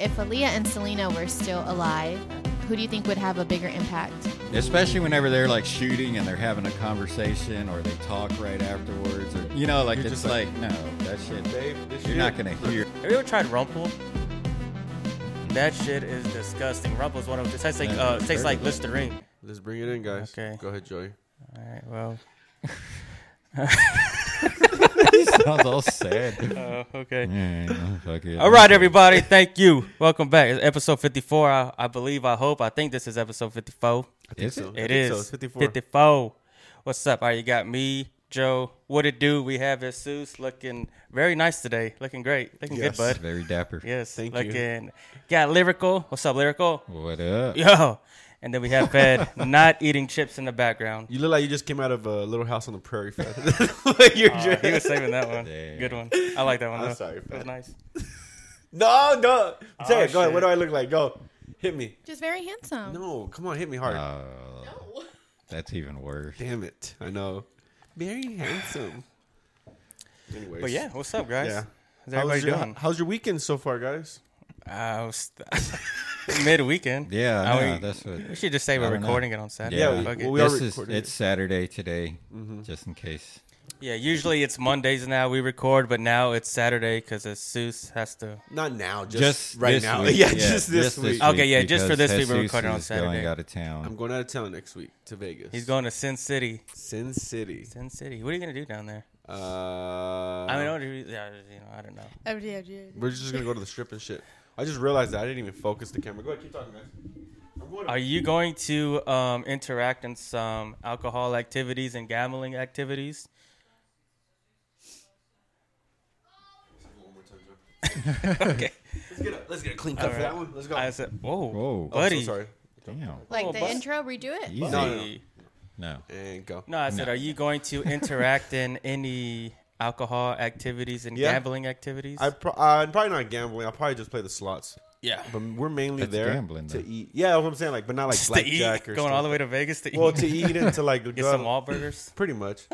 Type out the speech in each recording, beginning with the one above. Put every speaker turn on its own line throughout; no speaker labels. If Aaliyah and Selena were still alive, who do you think would have a bigger impact?
Especially whenever they're like shooting and they're having a conversation or they talk right afterwards or you know, like
You're
it's
just like,
like, no, that shit
Dave, this
you're
shit-
not gonna hear
Have you ever tried Rumple? That shit is disgusting. Rumple's one of it tastes like
I've
uh,
never
tastes
heard
like
of it.
Listerine.
Let's bring it in, guys.
Okay.
Go ahead, Joey.
All right, well,
sounds all sad.
uh, okay.
Yeah, no, fuck it.
All right, everybody. Thank you. Welcome back. It's episode 54. I, I believe, I hope, I think this is episode 54.
It's
I
It
think
is
so. It's 54.
54. What's up? All right, you got me, Joe. What it do? We have Jesus looking very nice today. Looking great. Looking
Yes.
good, bud.
very dapper.
Yes.
Thank you.
looking, Got Lyrical. What's up, Lyrical?
What up?
Yo. And then we have Fed not eating chips in the background.
You look like you just came out of a little house on the prairie. Fat. Like you're
Aw,
just-
he was saving that one.
Damn.
Good one. I like that one.
I'm
though.
sorry,
That was
Fat.
nice.
no, no. Say it. Go
oh,
ahead.
shit.
What do I look like? Go. Hit me.
Just very handsome.
No, come on. Hit me hard.
Oh, that's even worse.
Damn it. I know. Very handsome. Anyways.
But yeah, what's up, guys?
Yeah.
How's
How
everybody
was your,
doing?
How's your weekend so far, guys?
I was mid weekend.
Yeah,
I
no,
mean,
that's what.
we should just say we're
I don't know.
recording it on Saturday.
Yeah, we-
Fuck it.
well, we are
this is
recording
it's
it. Mm-hmm.
Saturday today, just in case.
Yeah, usually it's Mondays now we record, but now it's Saturday because Seuss has to.
Not now. Just,
Just
right
this
now.
week.
Yeah, just this week.
Okay, yeah, just for
because
this week, we're
Jesus
recording on
is
Saturday.
Going out of town.
I'm going out of town next week to Vegas.
He's going to Sin City.
Sin City.
Sin City. What are you gonna do down there?
Uh,
I mean, I don't, really- yeah, you know, I don't know.
We're just gonna go to the strip and shit. I just realized that I didn't even focus the camera. Go ahead, keep talking, guys. I'm going to-
Are you going to um, interact in some alcohol activities and gambling activities?
One more time, Joe. Let's get a, let's get a clean cut for that one. Let's go.
I said, whoa,
Whoa.
Oh, I'm so
buddy.
sorry.
Damn.
Like
Oh,
the
but-
intro, redo it.
Easy.
No,
No,
no, no. And go.
No, I said, are you going to interact in any alcohol activities and
Yeah.
gambling activities?
I pro- uh, I'm probably not gambling. I'll probably just play the slots.
yeah.
But we're mainly
That's
there
gambling,
to
though.
eat. Yeah, that's what I'm saying. Like, but not like
Just to eat,
blackjack or
going all the
stuff.
way to Vegas to
Well,
eat,
to eat and to like
get
go
some
out-
Wahlburgers.
Pretty much.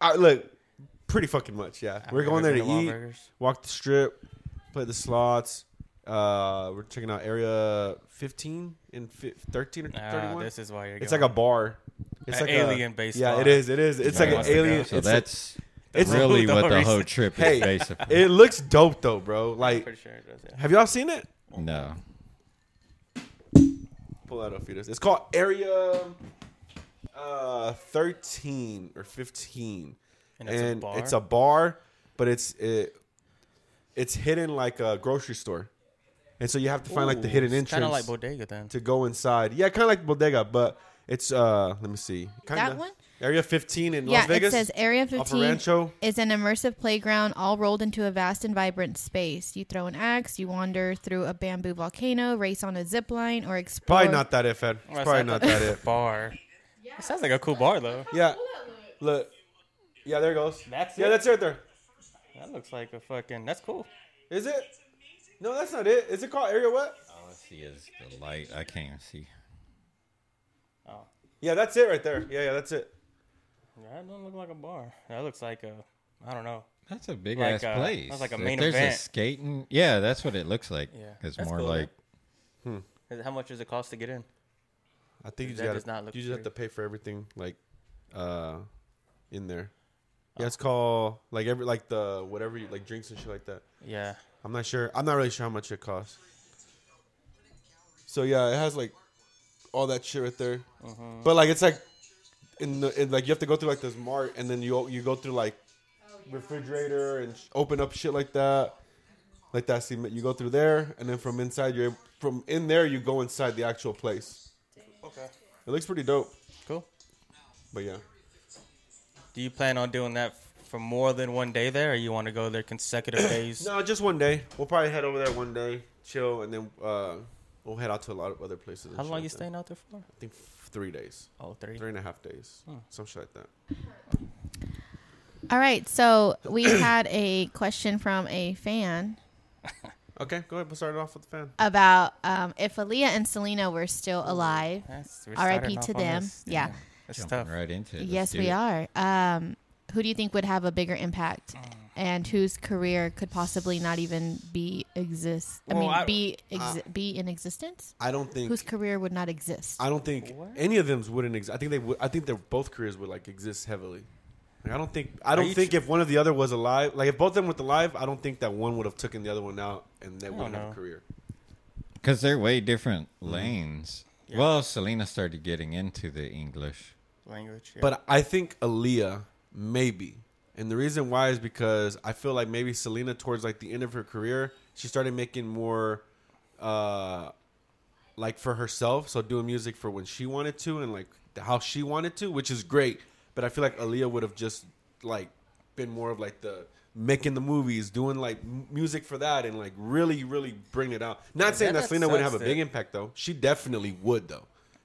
I look pretty fucking much. Yeah, we're
never
going there to
been to
eat,
Wahlburgers.
walk the strip, play the slots. Uh, we're checking out area 15 and fi- 13 or
Ah,
31.
this is why you're.
it's like
going.
a bar. It's
An
like
alien based
Yeah,
bar.
it is. It is. It's like an
wants to go.
alien.
So
it's
that's
it's a-
really
the
what
whole
the
reason.
whole trip
Hey,
is basically.
it looks dope though, bro. Like,
Pretty sure it does. Yeah.
have y'all seen it?
no.
Pull that up, fetus. It's called Area uh, 13 or 15,
And it's a bar?
it's a bar, but it's it, it's hidden like a grocery store, and so you have to find like the hidden
Kind
entrance
of like bodega then.
to go inside. Yeah, kind of like bodega, but it's uh, let me see, kinda.
That one?
Area 15 in
Yeah,
Las Vegas.
it says Area
off of
15
Rancho.
is an immersive playground all rolled into a vast and vibrant space. You throw an axe, you wander through a bamboo volcano, race on a zip line, or explore.
Probably not that it, Fed. It's
Well,
probably
it's
not
like
that
a
it.
Bar. It sounds like a cool bar though.
Yeah, look. Yeah, there it goes.
That's
yeah,
it?
that's it right there.
That looks like a fucking. That's cool.
Is it? No, that's not it. Is it called Area what?
All I see is the light. I can't even see.
Yeah, that's it right there. Yeah, yeah, that's it.
That doesn't look like a bar. That looks like a. I don't know.
That's a big
Like,
ass
uh,
place.
that's like a
If
main
there's
event.
a skating. Yeah, that's what it looks like.
Yeah.
It's
That's
more
cool,
like
Is it- How much does it cost to get in?
I think you
That
just gotta,
does not look
you just have
free.
to pay for everything like uh in there.
Oh.
Yeah, it's called like every like the whatever you like drinks and shit like that.
Yeah.
I'm not sure. I'm not really sure how much it costs. So yeah, it has like all that shit right there.
Mm-hmm.
But like it's like in the in, like you have to go through like this mart and then you you go through like refrigerator and sh- open up shit like that. Like that, see, you go through there, and then from inside, you're from in there, you go inside the actual place.
Okay.
It looks pretty dope.
Cool.
But yeah,
Do you plan on doing that f- for more than one day there, or you want to go there consecutive days?
no, just one day. We'll probably head over there one day. chill, and then uh, we'll head out to a lot of other places. and
How
shit
long
like
you
that.
staying out there for?
I think f- three days,
Oh, three.
three and a half days, some shit like that.
All right, so we had a question from a fan
Okay, go ahead. We'll start it off with the fan.
about um, if Aaliyah and Selena were still alive.
That's, we're
R.I.P.
starting
to
off on
them.
this.
Yeah.
That's
Jumping
tough.
right into it.
yes, we are. Um, who do you think would have a bigger impact, and whose career could possibly not even be exist? I
Well,
mean,
I-
be exi- be in existence.
I don't think
Whose career would not exist?
I don't think any of them wouldn't exist. I think they would. I think their both careers would like exist heavily. Like, I don't think. I don't
you
think
tr-
if one of the other was alive, like if both of them were alive, I don't think that one would have taken the other one out and they wouldn't have a
know.
career.
Because they're way different
Mm-hmm.
lanes. Well, Selena started getting into the English.
Language. Yeah.
But I think Aaliyah maybe, and the reason why is because I feel like maybe Selena towards like the end of her career, she started making more, uh, like for herself. So doing music for when she wanted to and like how she wanted to, which is great. But I feel like Aaliyah would have just like been more of like the making the movies, doing like m- music for that, and like really, really bring it out. Not saying
that-
that
that
Selena wouldn't have a
sucks
big
that-
impact though. She definitely would though,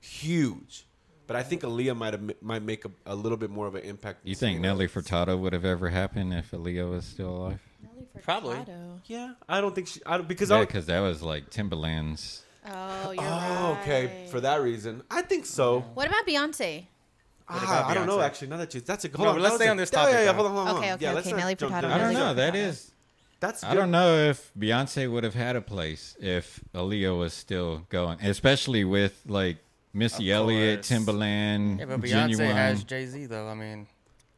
huge. But I think Aaliyah might have might make a, a little bit more of an impact. than
You think
Selena.
Nelly Furtado would have ever happened if Aaliyah was still alive?
Probably.
Yeah, I don't think she. I don't, because
Yeah,
I. don't-
because that was like Timberland's.
Oh, you're
Oh, okay. For that reason, I think so.
What about Beyonce?
Ah,
about
I don't know.
Beyonce?
Actually, now that you, that's a.
No, but let's stay on this topic,
Yeah, yeah, yeah.
though.
Hold on, hold on. hold
Okay,
on.
okay,
yeah, let's
okay,
not
Nelly
jump
Furtado,
down.
I
Nelly
don't know.
Furtado.
That is.
That's.
I
good.
don't know if Beyonce would have had a place if Aaliyah was still going, especially with like Missy
Of
Elliott,
course.
Timbaland,
Yeah, but Beyonce
Mm-hmm. Genuine.
has Jay Z though. I mean,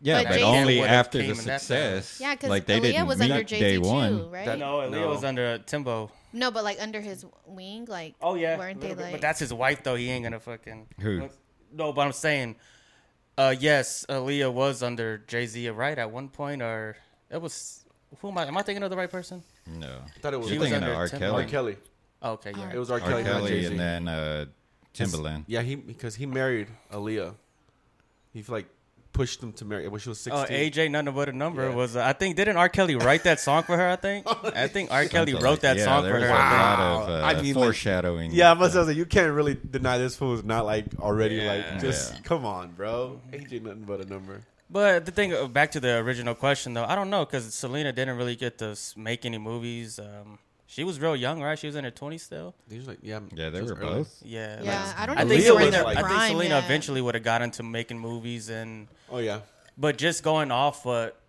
yeah,
But
but,
Jay-Z
only
would've
after
came
the
in that time.
success.
Yeah, because
like they
Aaliyah
didn't
was under
meet
Jay
day
Z too,
one.
right?
That-
no, Aaliyah
No.
was under Timbo.
No, but like under his wing, like
Oh yeah,
weren't they
little bit,
like?
But that's his wife though. He ain't gonna fucking
Who?
No, but I'm saying, uh, yes, Aaliyah was under Jay Z, right? At one point, or it was. Who am I? Am I thinking of the right person?
No,
thought it was-
you're
She was
thinking of
under
R.
Timbaland.
R.
Kelly.
Kelly.
Oh, okay,
Um,
yeah.
It was R.
R.
Kelly, not
Kelly
Jay-Z.
and then uh, Timbaland.
Yeah, he because he married Aaliyah. He like pushed him to marry when she was
Oh,
sixteen.
AJ, nothing but a number
Yeah. Oh,
was. Uh, I think didn't R. Kelly write that song for her? I think. I think R. Kelly
Something
wrote
like-
that
yeah,
song
there
for
was
her.
A
I
lot
think.
of uh,
I mean, like-
foreshadowing.
Yeah, but I was like, you can't really deny this fool is not like already like just
Yeah.
come on, bro. AJ nothing but a number.
But the thing, uh, back to the original question though, I don't know because Selena didn't really get to s- make any movies. Um, she was real young, right? She was in her twenties still.
These like yeah,
yeah, they
just
were
early.
both.
Yeah,
Yeah,
like-
I don't
I
know
think
Aaliyah was
Selena,
like-
I think
prime
Selena
yet.
eventually would have got into making movies and
Oh yeah,
but just going off what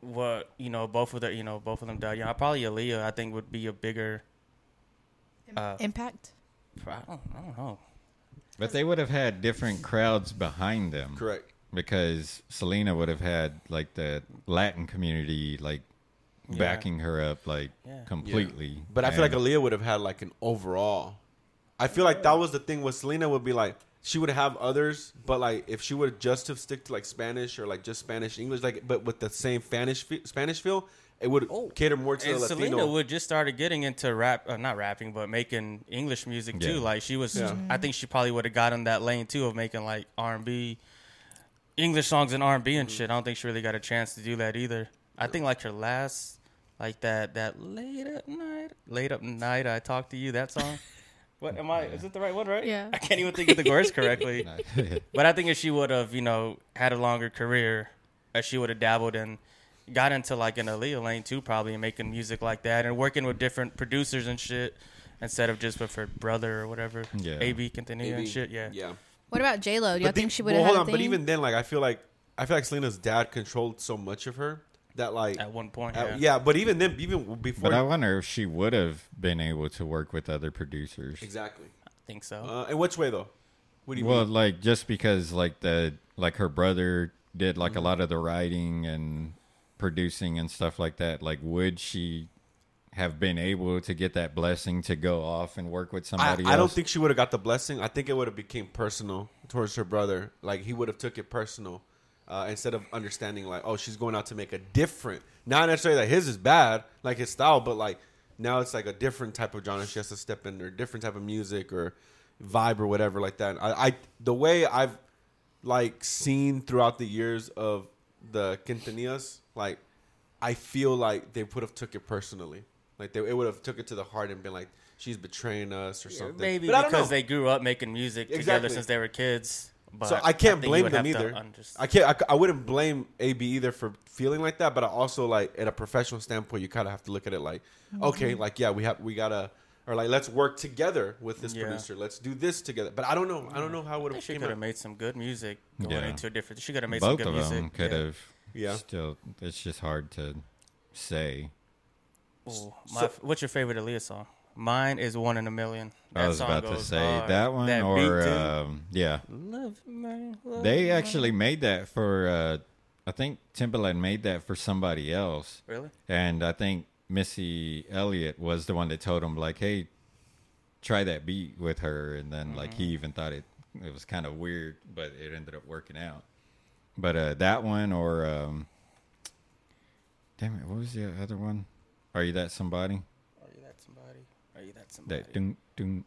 what you know both of the you know both of them died. You know, probably Aaliyah I think would be a bigger.
impact.
I don't, I don't know.
But they would have had different crowds behind them.
correct.
Because Selena would have had like the Latin community like backing her up like completely.
But I feel like
And-
Aaliyah would have had like an overall. I feel like that was the thing with Selena would be like she would have others, but like if she would just have stick to like Spanish or like just Spanish English, like but with the same Spanish fe- Spanish feel, it would cater more to
And
the Latino.
Selena would just started getting into rap, uh, not rapping, but making English music too.
Yeah.
Like she was,
Yeah.
I think she probably would have got in that lane too of making like R and B, English songs and R and B and shit. I don't think she really got a chance to do that either. I think like her last, like that that late at night, late up night, I talked to you. That song. what am I? Is it the right one? Right?
Yeah.
I can't even think of the words correctly. But I think if she would have, you know, had a longer career, uh, she would have dabbled and got into like an Aaliyah lane too, probably, and making music like that and working with different producers and shit instead of just with her brother or whatever.
Yeah.
AB Quintanilla and shit. Yeah.
yeah.
What about J Lo? Do you
the-
think she would have?
well,
had
hold
a
on, but
thing?
even then, like I feel like I feel like Selena's dad controlled so much of her that like
At one point.
at-
yeah.
yeah, but even then, even before
But I wonder if she would have been able to work with other producers.
exactly.
I think so.
Uh, in which way though? What do you
Well,
mean?
like just because like the like her brother did like a
Mm-hmm.
lot of the writing and producing and stuff like that. Like, would she have been able to get that blessing to go off and work with
I,
somebody?
I don't
else?
think she would have got the blessing. I think it would have became personal towards her brother. Like he would have took it personal uh, instead of understanding like, oh, she's going out to make a different. Not necessarily that his is bad, like his style, but like now it's like a different type of genre she has to step in or different type of music or vibe or whatever like that. I, I the way I've like seen throughout the years of the Quintanillas, like I feel like they would have took it personally. Like they, it would have took it to the heart and been like, she's betraying us or something.
Maybe
But I don't
because
know.
they grew up making music together
Exactly.
since they were kids. But
so I can't
think you
blame
would
them
have to
either.
understand.
I can't. I, c- I wouldn't blame AB either for feeling like that. But I also like at a professional standpoint, you kind of have to look at it like,
Mm-hmm.
okay, like yeah, we have we gotta or like let's work together with this
Yeah.
producer. Let's do this together. But I don't know. I don't know how it would have
She
came
could have
out.
made some good music going
Yeah.
into a different. She could have made
Both
some
of
good
them
music.
could
yeah.
have.
Yeah.
Still, it's just hard to say.
Ooh, my, what's your favorite Aaliyah song? Mine is One in a Million. That
I was
song
about to
goes
say
hard.
that one
That beat,
or
too.
um, yeah.
Love, man, love
They
man.
actually made that for uh I think Timbaland made that for somebody else.
Really?
And I think Missy Elliott was the one that told him like, "Hey, try that beat with her." And then like
Mm-hmm.
he even thought it it was kind of weird, but it ended up working out. But uh that one or um Damn it, what was the other one? Are you that somebody?
Oh,
Are you that somebody? Are you that somebody?
That ding ding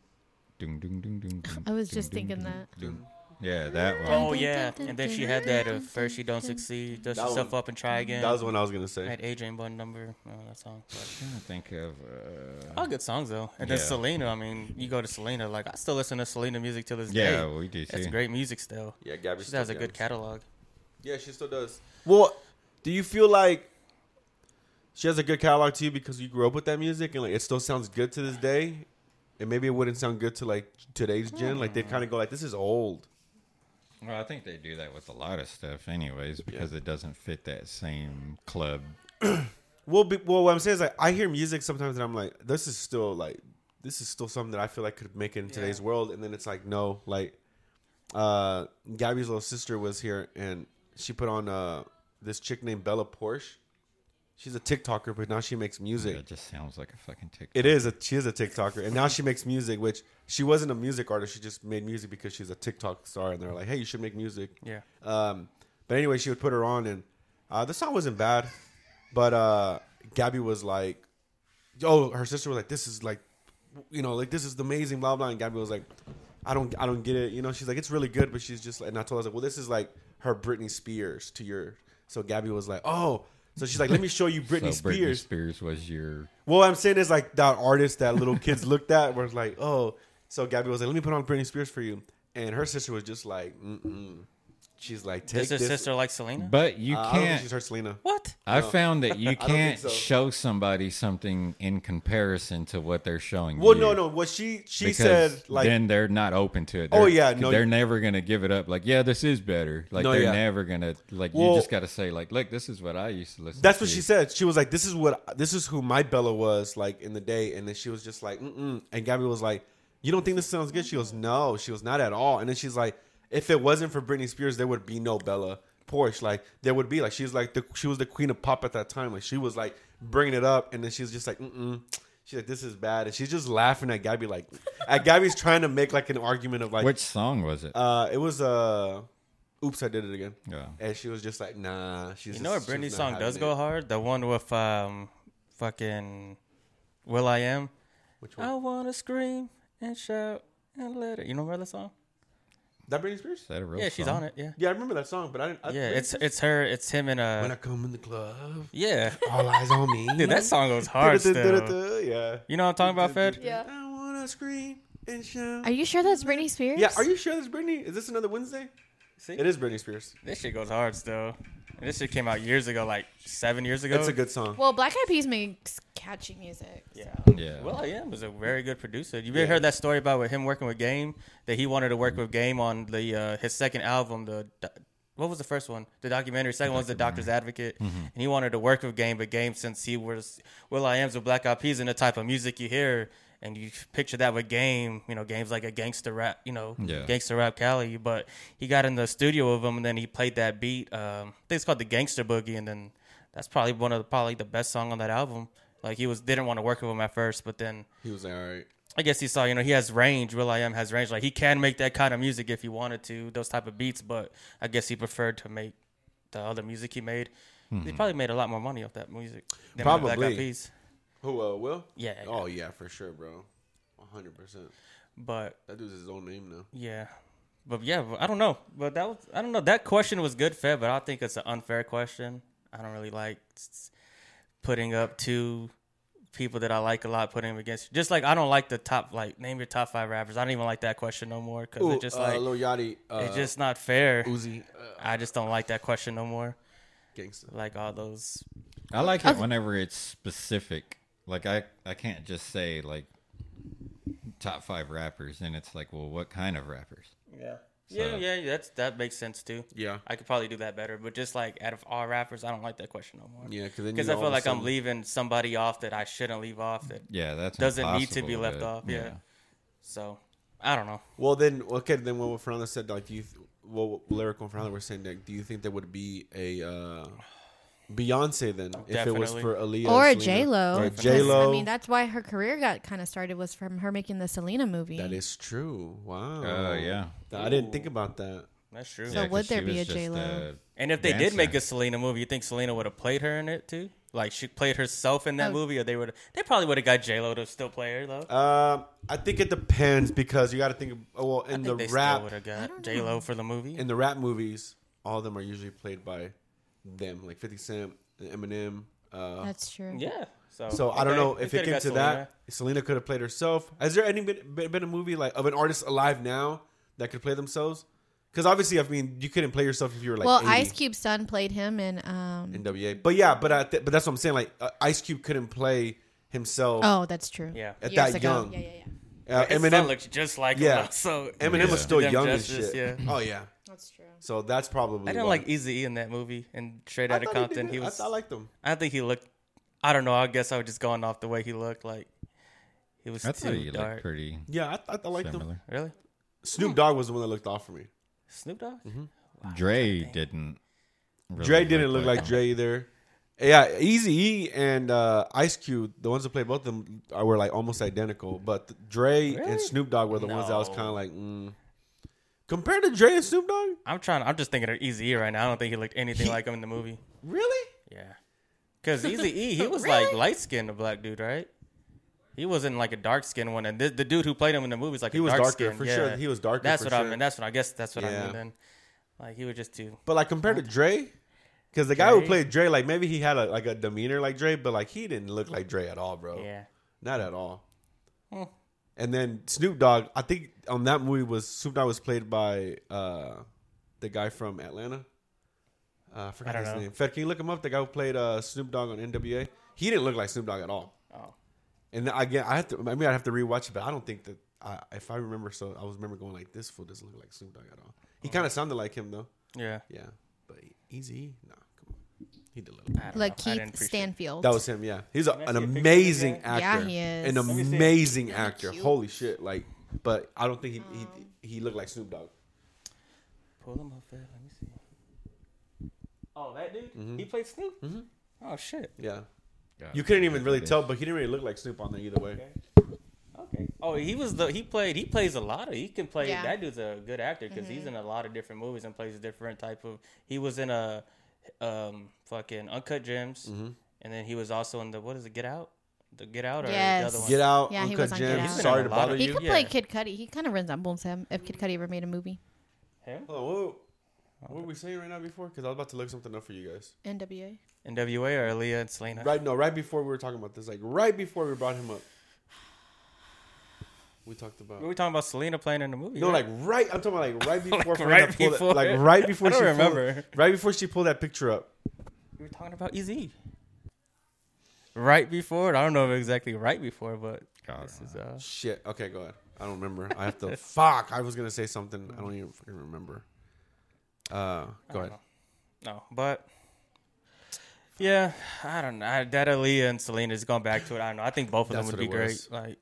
ding ding ding ding. ding,
I was
ding,
just
ding,
thinking
ding,
that.
ding. Yeah, that one.
Oh yeah, and then she had that. Uh, first she don't succeed, dust
That
yourself
one-
up and try again.
That was what I was gonna say.
Had Adrian Bun number. Oh, that song. But
trying to think of uh,
all good songs though. And then
Yeah.
Selena. I mean, you go to Selena. Like I still listen to Selena music to this day.
Yeah, we do
That's
too.
great music still.
Yeah, Gabby
She
still
has a good
jams.
catalog.
Yeah, she still does. Well, do you feel like she has a good catalog to you because you grew up with that music and like it still sounds good to this day? And maybe it wouldn't sound good to like today's gen. Like they kind of go like, "This is old."
Well, I think they do that with a lot of stuff, anyways, because it doesn't fit that same club.
Well, be, well, what I'm saying is like I hear music sometimes and I'm like, "This is still like, this is still something that I feel like could make it in today's world." And then it's like, no, like, uh, Gabby's little sister was here and she put on uh this chick named Bella Porsche. She's a TikToker, but now she makes music.
That just sounds like a fucking tick.
It is a she is a TikToker, and now she makes music. Which she wasn't a music artist; she just made music because she's a TikTok star. And they're like, "Hey, you should make music."
Yeah.
Um, but anyway, she would put her on, and uh, the song wasn't bad. But uh, Gabby was like, "Oh, her sister was like, this is like, you know, like this is amazing, blah blah." And Gabby was like, "I don't, I don't get it." You know, she's like, "It's really good," but she's just, like, and I told her, I was like, "Well, this is like her Britney Spears to your." So Gabby was like, "Oh." So she's like, let me show you Britney
so Britney
Spears.
Spears was your
Well, what I'm saying is like that artist that little kids looked at was like, oh. So Gabby was like, let me put on Britney Spears for you, and her sister was just like, mm-mm. She's like, take
Does her
this.
sister like Selena?
But you
Uh, I don't think she's
can't.
her Selena.
what?
I found that you
think
can't
so.
show somebody something in comparison to what they're showing.
Well,
you,
no, no. What she she
because
said like
then they're not open to it.
Oh,
They're-
yeah, no,
they're
you-
never gonna give it up. Like, yeah, this is better. Like
No,
they're
yeah.
never gonna like.
Well-
you just gotta say like, look, this is what I used to listen.
That's
to.
what she said. She was like, "This is what this is who my Bella was like in the day," and then she was just like, "Mm." And Gabby was like, "You don't think this sounds good?" She goes, "No." She was not at all. And then she's like, "If it wasn't for Britney Spears, there would be no Bella Porsche. Like there would be like she's like the she was the queen of pop at that time. Like she was like bringing it up, and then she was just like, "Mm." She's like, "This is bad," and she's just laughing at Gabby like, at Gabby's trying to make like an argument of like,
Which song was it?
uh, it was uh, oops, I did it again.
Yeah.
And she was just like, nah. She's
You know what
just- she
Britney
was not
song does
having
go
it.
hard? The one with um, fucking Will I Am.
Which one?
I wanna scream and shout and let it. You remember that song?
That Britney Spears?
is that a real?
yeah, she's
song?
on it. Yeah.
Yeah, I remember that song, but I didn't. I,
Yeah,
Britney
it's
Spears?
it's her. It's him and
when I
uh.
come in the club,
Yeah.
all eyes on me.
Dude, that song goes hard still.
Yeah.
You know what I'm talking about, Fed?
Yeah.
I wanna scream and shout.
Are you sure that's Britney Spears?
yeah, are you sure this is Britney? Is this another Wednesday?
See?
It is Britney Spears.
This shit goes hard still. And this shit came out years ago, like seven years ago.
It's a good song.
Well, Black Eyed Peas makes catchy music.
Yeah.
Yeah.
Will I Am was a very good producer. You ever heard that story about with him working with Game that he wanted to work with Game on the uh, his second album, the do- what was the first one? The documentary. Mm-hmm. Second one was the Doctor's Advocate, and he wanted to work with Game, but Game since he was Will I Am's with Black Eyed Peas and the type of music you hear. And you picture that with Game, you know, Game's like a gangster rap, you know,
Yeah.
gangster rap Cali. But he got in the studio with him, and then he played that beat. Um, I think it's called the Gangster Boogie, and then that's probably one of the, probably the best song on that album. Like he was didn't want to work with him at first, but then
He was like, all right.
I guess he saw, you know, he has range. Will I Am has range. Like he can make that kind of music if he wanted to, those type of beats. But I guess he preferred to make the other music he made. He probably made a lot more money off that music. Than with Black
Probably.
Eyed Peas.
Who, uh, Will?
Yeah.
Oh, yeah, for sure, bro. 100%.
But
That dude's his own name now.
yeah, but yeah, but I don't know. But that was I don't know. That question was good, Fed. But I think it's an unfair question. I don't really like s- putting up two people that I like a lot putting them against. Just like I don't like the top like name your top five rappers. I don't even like that question no more because
Ooh,
it's just
uh,
like
Lil Yachty, uh,
it's just not fair.
Uzi,
I just don't like that question no more.
gangsta.
Like all those.
I like it whenever it's specific. Like I, I can't just say like top five rappers, and it's like, well, what kind of rappers?
Yeah. Yeah, yeah, that's that makes sense too.
Yeah.
I could probably do that better, but just like out of all rappers, I don't like that question no more.
Yeah, because then
because
you
I
all
feel
of a
like I'm
sudden-
leaving somebody off that I shouldn't leave off that
Yeah, that's
doesn't need to be
impossible,
left
but,
off. Yeah. So I don't know.
Well, then okay, then what Fernando said, like, do you, th- well, lyrical and Fernando were saying, like, do you think there would be a uh, Beyonce then if it was
Definitely.
for Aaliyah
or a
Selena,
J Lo.
or a J Lo?
I mean, that's why her career got kind of started was from her making the Selena movie.
that is true. Wow.
Oh, yeah.
I didn't think about that.
That's true.
Yeah, 'cause
would there
she
be
was
a
just,
J-Lo?
uh,
And if they did make
dancer.
a Selena movie, you think Selena would have played her in it too? Like she played herself in that
Oh.
movie, or they would they probably would have got J Lo to still play her though.
Um, I think it depends because you got to think. Of, oh, well, in
I
the
think they still
rap,
would have got J Lo for the movie.
in the rap movies, all of them are usually played by them, like Fifty Cent, Eminem. Uh,
that's true.
yeah. So
So I don't
okay,
know
they
if
coulda
it came to
got
that. Selena could have played herself. Has there any been, been been a movie like of an artist alive now that could play themselves? Because obviously, I mean, you couldn't play yourself if you were like
well,
80
Ice Cube's son played him in. Um,
NWA. But yeah, but I th- but that's what I'm saying. Like uh, Ice Cube couldn't play himself
oh, that's true.
Yeah.
at
Years
that
ago.
young.
Yeah, yeah, yeah.
Uh,
His son
Eminem,
looks just like
Yeah.
him. though, So
Eminem
Yeah.
was still
Them
young
justice,
and shit.
yeah.
Oh yeah.
That's true.
So that's probably.
I didn't
why.
like Easy E in that movie and Straight
I
Outta
thought he
Compton.
did
He,
it. I
was.
thought I liked him.
I think he looked. I don't know. I guess I was just going off the way he looked. Like he was
I thought
too
you
dark.
looked pretty
Yeah, I, I, I liked him.
similar.
really?
Snoop Dogg was the one that looked off for me.
Snoop Dogg?
Mm-hmm.
Dre didn't. Really
Dre didn't look like
that.
Dre either. Yeah, Easy E and uh, Ice Cube, the ones that played both of them, are, were like almost identical. But th- Dre and Snoop Dogg were the ones that I was
No.
kind of like, mm. compared to Dre and Snoop Dogg,
I'm trying. I'm just thinking of Easy E right now. I don't think he looked anything like him in the movie.
really?
Yeah, because Easy E, he was like light skinned, a black dude, right? He wasn't like a dark skinned one, and the, the dude who played him in the movie is like
He
a
was
dark
darker,
skin.
for
yeah.
sure. He was darker,
That's
for
what I
sure.
mean. That's what I guess. That's what I
Yeah.
mean. Then, like he was just too.
But like compared to Dre, because the guy who
Dre?
played Dre, like maybe he had a, like a demeanor like Dre, but like he didn't look like Dre at all, bro.
Yeah,
Not at all. And then Snoop Dogg, I think on that movie was Snoop Dogg was played by uh, the guy from Atlanta. Uh, I forgot
I don't
his
know.
name. Fed, can you look him up? The guy who played uh, Snoop Dogg on NWA. He didn't look like Snoop Dogg at all.
Oh.
And again, I have to. Maybe I have to rewatch it, but I don't think that. I, if I remember, so I was remember going like, "This fool doesn't look like Snoop Dogg at all."
Oh.
He kind of sounded like him though.
yeah.
Yeah, but Easy, nah, come on, he did a little.
I don't
Like
know. I
Keith
didn't appreciate it.
Stanfield.
That was him. Yeah, he's a,
I
an
see a picture of the
amazing
guy?
actor.
Yeah, he is.
An
Let
me see.
amazing actor. Holy shit! Like, but I don't think he he, he looked like Snoop Dogg.
Pull him up there. Let me see. Oh, that dude.
Mm-hmm.
He played Snoop. Oh shit.
Yeah,
Yeah.
you couldn't even really tell, but he didn't really look like Snoop on there either way.
Okay. Oh, he was the he played he plays a lot of he can play
Yeah. Mm-hmm.
that dude's a good actor because he's in a lot of different movies and plays a different type of he was in a um fucking Uncut Gems
Mm-hmm.
and then he was also in the what is it Get Out the Get Out or
Yes.
the other one
Get out,
Yeah, he
Uncut
was on Get
Gems,
Out. He's been
Sorry
in
to
a lot
bother
of-
He
you.
could
Yeah.
play Kid Cudi. He kind of resembles him if Kid Cudi ever made a movie.
Him?
Hold on, what, what were we saying right now before? Because I was about to look something up for you guys.
NWA.
NWA or Aaliyah and Selena
Right, no, right before we were talking about this, like right before we brought him up, we talked about.
we were talking about Selena playing in the movie
No,
right?
like right. I'm talking about like right before.
Like,
Fernanda
right
pulled that-
before.
like right before
I don't
she pulled-
remember.
right before she pulled that picture up.
we were talking about Easy right before it I don't know if exactly right before but
God,
this is uh
Shit. Okay, go ahead. I don't remember. I have to. fuck. I was gonna say something. I don't even fucking remember. Uh, go ahead.
No, but yeah, I don't know. I- That Aaliyah and Selena's going back to it. I don't know. I think both of
That's
them would be
what it was.
great. Like,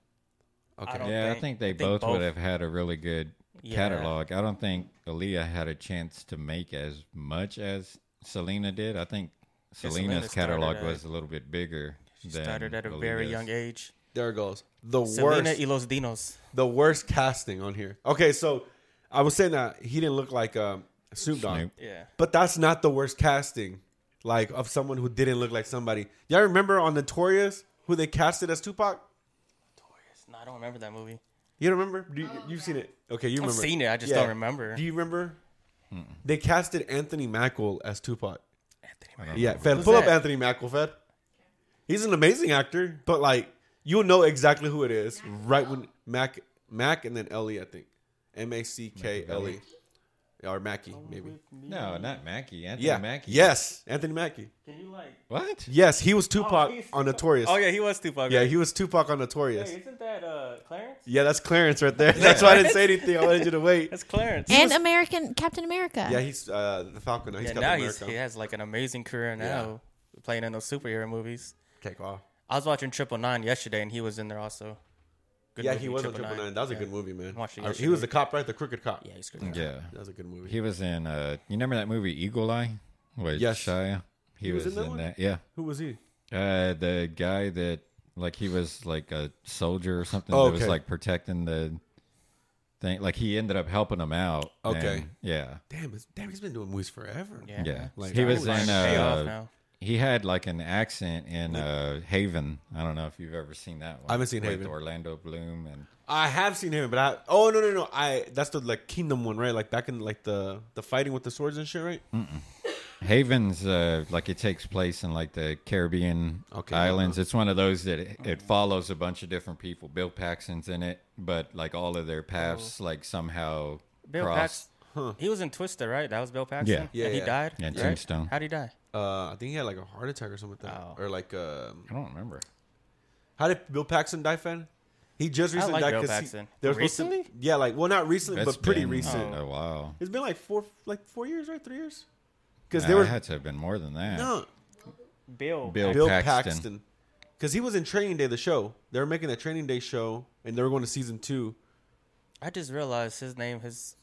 I
Okay.
don't
Yeah, I
think-
think they
I think
both,
both.
would have had a really good
Yeah.
catalog. I don't think Aaliyah had a chance to make as much as Selena did. I think
Selena
Selena's
started
catalog
at-
was a little bit bigger. She than
started at a very
Aaliyah's.
young age.
There it goes. The
Selena
worst.
y los Dinos.
the worst casting on here. Okay, so I was saying that he didn't look like um, Snoop Dogg,
Snoop.
Yeah.
but that's not the worst casting. Like of someone who didn't look like somebody. Y'all remember on Notorious who they casted as Tupac?
No, I don't remember that movie.
You don't remember? Do you, you've seen it? Okay, you
Oh, I've
remember?
seen it. I just don't remember.
Do you remember? They casted Anthony Mackel as Tupac.
Anthony Mac-
Yeah, Fed,
Who's
pull up
that?
Anthony Mackel, Fed. He's an amazing actor, but like you'll know exactly who it is right when Mac Mac and then Ellie, I think. M A C K L E. Or Mackie, maybe.
Oh,
No, not Mackie. Anthony
Yeah.
Mackie.
Yes. Anthony Mackie.
Can you like?
What?
Yes, he was Tupac
Oh, he's-
on Notorious.
Oh yeah, he was Tupac.
Yeah,
right?
he was Tupac on Notorious.
Hey, isn't that uh, Clarence?
Yeah, that's Clarence right there. That's why I didn't say anything. I wanted you to wait.
That's Clarence.
and American Captain America.
Yeah, he's uh, the Falcon. He's
yeah,
Captain
now he's,
America.
he has like an amazing career now, playing in those superhero movies.
Take off.
I was watching Triple Nine yesterday, and he was in there also. Good
yeah,
movie,
he was on Triple Nine. That was a good movie, man.
Watched it
I- he
yesterday.
was the cop, right? The crooked cop.
Yeah, he's good.
Yeah.
that was a good movie.
He was in. uh You remember that movie Eagle Eye? With
Yes.
Shia. He, was, in, that,
one?
Yeah.
Who was he?
Uh, the guy that like he was like a soldier or something
Oh,
that was
okay.
like protecting the thing. Like he ended up helping him out. and-
Okay.
yeah.
Damn, it's, damn, he's been doing movies forever.
Yeah.
Yeah.
Like,
he was in.
Like, pay off
Uh,
now.
he had like an accent in uh, Haven. I don't know if you've ever seen that one.
I haven't seen
with
Haven.
Orlando Bloom and
I have seen him, but I oh no no no I that's the like Kingdom one, right? Like back in like the the fighting with the swords and shit, right?
Mm. Haven's uh, like it takes place in like the Caribbean
Okay.
islands. It's one of those that it, it follows a bunch of different people. Bill Paxton's in it, but like all of their paths like somehow
Oh. Bill
cross.
Paxton. He was in Twister, right? That was Bill Paxton.
Yeah.
Yeah,
And he
yeah.
died.
And
right?
Tombstone.
How'd he die?
Uh, I think he had like a heart attack or something like that,
Oh.
or like um,
I don't remember.
how did Bill Paxton die? Fan, he just
I like
recently died
Bill
'cause he-
Paxton.
they were supposed to-
Recently?
yeah, like well not recently,
That's
but pretty
been uh,
recent.
A while.
It's been like four like four years, right? Three years? Because
Nah,
they were
it had to have been more than that.
no
Bill.
Bill,
Bill
Paxton.
Paxton. Because he was in Training Day, the show. They were making a Training Day show, and they were going to season two.
I just realized his name his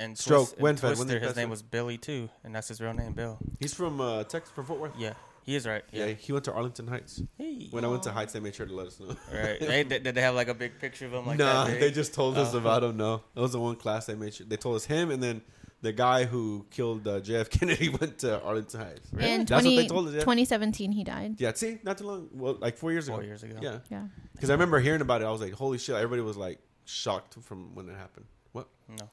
and
Stroke.
Twist, and
When fed, when
Twister,
they
his
fed him.
name was Billy too, and that's his real name, Bill.
He's from uh, Texas, from Fort Worth.
Yeah, he is right.
Yeah, he went to Arlington Heights.
Hey.
When I went to Heights, they made sure to let us know.
right. They, did did they have like a big picture of him? Like
nah,
that big?
they just told
Uh-huh.
us about him. No, that was the one class they made sure they told us him, and then the guy who killed uh, JF Kennedy went to Arlington Heights.
In
That's
20,
what they told us. Yeah.
2017, he died.
yeah, see, not too long. Well, like four years ago.
Four years ago.
Yeah,
Yeah.
because I remember hearing about it. I was like, holy shit! Everybody was like shocked from when it happened. What?
No,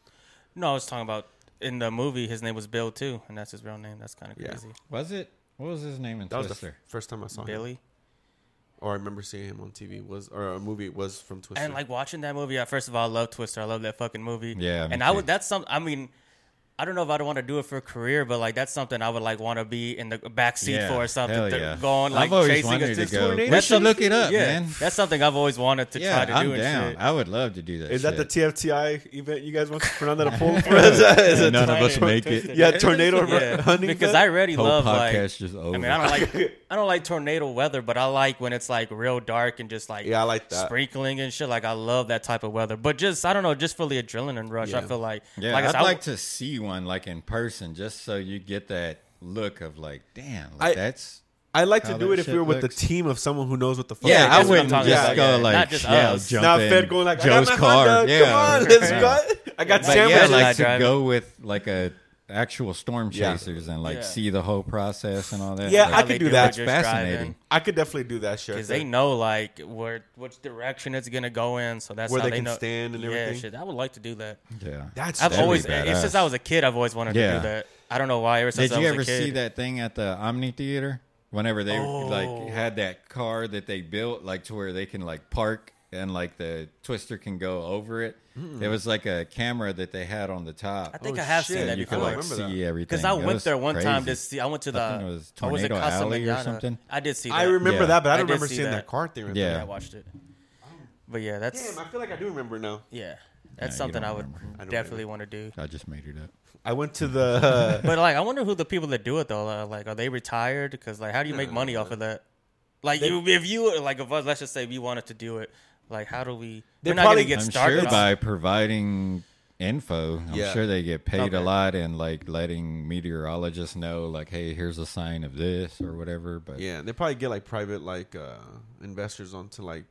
no, I was talking about in the movie. His name was Bill too, and that's his real name. That's kind of
Yeah.
crazy.
Was it? What was his name in
That was the
Twister?
f- first time I saw him.
Billy.
or I remember seeing him on TV was or a movie was from Twister.
And like watching that movie, I first of all I love Twister. I love that fucking movie.
Yeah, me
and I
too.
would. That's some. I mean, I don't know if I'd want to do it for a career, but like that's something I would like want to be in the back seat
Yeah,
for or something.
hell
to
yeah.
Go on like
I've always
chasing
wanted
a
to
six
go.
tornado.
We should look it up, man.
That's something I've always wanted to
Yeah,
try to
I'm
do and
down.
shit.
I would love to do that.
is that the
shit.
TFTI event you guys want to put on that a poll for us? Is it-
None of us
Twister.
make it.
yeah, tornado
Yeah,
hunting
because
event?
I already
Whole
love
podcast
like.
just
I
over.
mean, I don't like I don't like tornado weather, but I like when it's like real dark and just like
Yeah, I like that.
sprinkling and shit. Like I love that type of weather, but just I don't know, just for the adrenaline rush, I
Yeah.
feel like
Yeah,
like I
I'd
said, I
like
w-
to see one like in person, just so you get that look of like, damn,
I-
like, that's
I'd like to
How
do
that
it if we
shit
were with
looks.
the team of someone who knows what the fuck.
Yeah,
they're
I
doing.
wouldn't I'm talking just about, go, yeah, like, not just yeah, us.
jump
Not
in
Fed going like Joe's I got my car. Yeah. Come on, let's go. I
But
got
Yeah,
yeah, like-
sandwiches.
like to
driving.
go with like a actual storm
Yeah.
chasers and like
Yeah.
see the whole process and all that.
Yeah,
how
Like,
I could
they
do
it
that.
with
It's
just
fascinating.
driving.
I could definitely do that shit.
because they know like where which direction it's gonna go in, so that's
Where
how
they
they
can
know.
stand and
yeah,
everything.
Shit, I would like to do that.
yeah.
That's
I've
That'd be
always
be
it's since
badass.
I was a kid, I've always wanted to
Yeah.
do that. I don't know why. Ever since
Did you
I was
ever
a kid.
see that thing at the Omni Theater? Whenever they
Oh.
like had that car that they built, like to where they can like park and like the twister can go over it. It was like a camera that they had on the top.
Mm. I think
Oh,
I have
shit.
seen that
you
before.
could like
remember that.
see everything.
Because I
It
went
was
there one time to
crazy.
see. I went to the.
I think it was
I was at
Tornado
Casa
Alley or
Mañana.
something.
I did see. that.
I remember
Yeah.
that, but I
I
don't
did
remember
see
seeing that.
that.
car thing. Right
Yeah.
Yeah, I watched it. But yeah,
There.
that's
Damn, I feel like I do remember now.
yeah, that's
you
something
don't
I would
remember.
don't
definitely want to do.
I just made it up.
I went to the.
But like, I wonder who the people that do it though. Are. Like, are they retired? Because like, how do you make money off of that? Like, you, if you like, if us, let's just say we wanted to do it. Like, how do we?
They
They're not going
probably-
to get
I'm
started.
sure by providing info, I'm
Yeah.
sure they get paid
Okay.
a lot and like letting meteorologists know, like, hey, here's a sign of this or whatever. But
Yeah, they probably get like private like uh investors onto like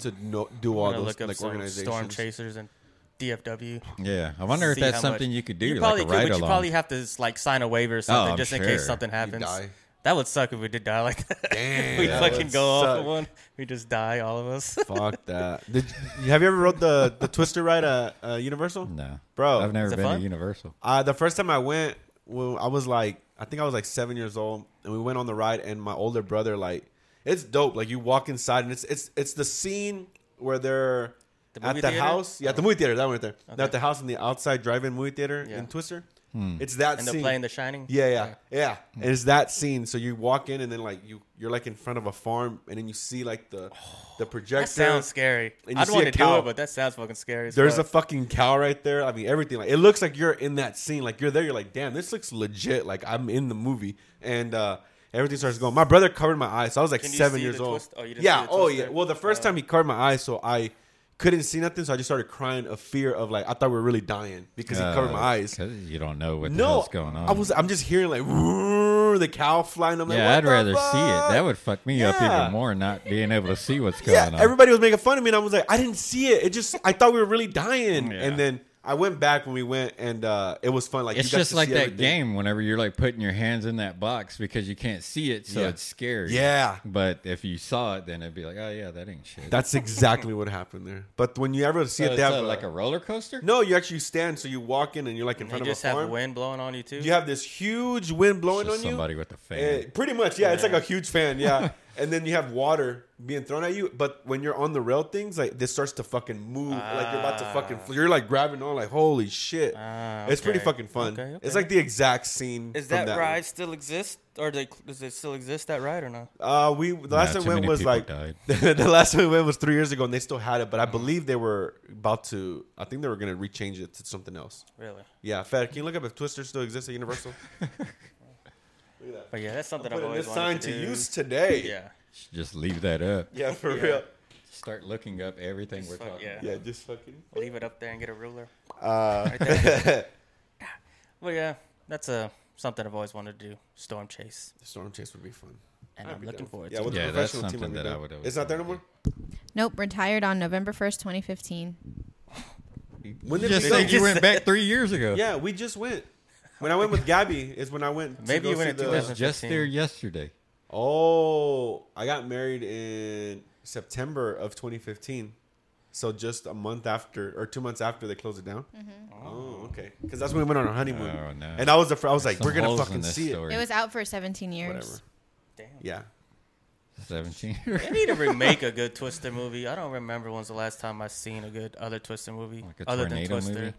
to no, do all
I'm Uh-huh. gonna
those
look up
like
some
organizations.
storm chasers and DFW.
yeah, I wonder if
see
that's
how
something
much-
you could do,
probably
like a
could,
ride
but you probably
along.
have to like sign a waiver or something
I'm
just in case
sure.
something happens.
die.
That would suck if we did die like that.
Damn,
we
that
fucking
would
go off
suck.
of one. We just die, all of us.
Fuck that. Did, you- have you ever rode the the Twister ride at uh, Universal?
No,
Bro.
I've
Is
never
it
been
fun?
to Universal.
Uh, the first time I went, well, I was like, I think I was like seven years old, and we went on the ride, and my older brother like It's dope. Like you walk inside and it's it's it's the scene where they're
The
at
movie
the
theater?
house. Yeah, at the movie theater. That one right there. They're At
Okay.
the house in the outside drive-in movie theater
Yeah.
in Twister. It's that
and
scene.
they're playing The Shining.
Yeah, yeah, yeah.
Mm.
And it's that scene. So you walk in, and then like you, you're like in front of a farm, and then you see like the the projector.
That sounds scary.
And you
I'd
see
want
a
to do
cow.
it, but that sounds fucking scary. As
There's a
fuck.
fucking cow right there. I mean, everything. Like it looks like you're in that scene. Like you're there. You're like, damn, this looks legit. Like I'm in the movie, and uh everything starts going. My brother covered my eyes. So I was like
Can you
seven
see
years
the
old.
twist? Oh, you didn't
yeah.
see the
oh,
twist
yeah.
there?
Well, the first
Oh.
time he covered my eyes, so I couldn't see nothing. So I just started crying of fear of like I thought we were really dying because he covered my
Uh,
eyes.
'cause you don't know what the
No,
hell's going on.
I was. I'm just hearing like "Roar," the cow flying. I'm like,
yeah,
"What
I'd
the
rather see
fuck?"
it. That would fuck me up
Yeah.
even more, not being able to see what's going
Yeah,
on.
everybody was making fun of me, and I was like, I didn't see it. It just, I thought we were really dying.
Yeah.
And then I went back when we went, and uh, it was fun. Like
it's
you got
just
to
like
see
that
everything.
game whenever you're like putting your hands in that box because you can't see it, so
Yeah.
it's scary.
Yeah.
But if you saw it, then it'd be like, oh yeah, that ain't shit.
That's exactly what happened there. But when you ever
so
see it,
it's,
they have
uh, like a roller coaster.
no. You actually stand, so you walk in, and you're like in
You
front of a
just have
farm.
wind blowing on you too.
You have this huge wind blowing
Just
on you.
somebody with a fan.
Eh, pretty much, yeah, It's like a huge fan, yeah. and then you have water being thrown at you, but when you're on the rail things, like this starts to fucking move, like you're about to fucking, fl- you're like grabbing on, like holy shit.
Ah,
It's pretty
okay.
fucking fun.
Okay, okay.
It's like the exact scene.
Is
from
that,
that
ride still exist, or they, does it still exist that ride or not?
one. Uh, we the last
Nah,
time
too
we went
many
was
people
like
died.
the last time we went was three years ago, and they still had it, but I believe they were about to. I think they were gonna rechange it to something else.
Really?
Yeah, Fed, can you look up if Twister still exists at Universal?
But yeah, that's something I've
Putting
always
this sign
wanted
to
to, do.
use today.
Yeah.
Just leave that up.
yeah, for real.
Start looking up everything we're
Fuck
talking.
yeah.
Yeah, just fucking.
Leave it up there and get a ruler.
Uh,
Well, yeah, that's a something I've always wanted to do. Storm chase,
Storm Chase would be fun.
and I'm looking forward
Yeah,
to
with
it.
the
Yeah, that's
professional team,
something
I'd
that
be
I
down.
would always
It's not there no
wanna
more.
Nope, retired on November 1st, 2015.
When
You
did
just
we
said
go?
you went back three years ago.
Yeah, we just went. When I went with Gabby, is when I went. To
Maybe
go
you went
see
in
the-
2000.
Just there yesterday.
Oh, I got married in September of 2015. So just a month after, or two months after they closed it down.
Mm-hmm.
Oh, okay. Because that's when we went on our honeymoon.
Oh, no.
And I was the fir- I was like,
Some
we're gonna
holes in
fucking
this
see
story.
It was out for 17
it.
years.
Whatever.
Damn.
Yeah.
seventeen.
They need to remake a good Twister movie. I don't remember when's the last time I seen a good other Twister movie
Like a
other
tornado
than Twister.
movie?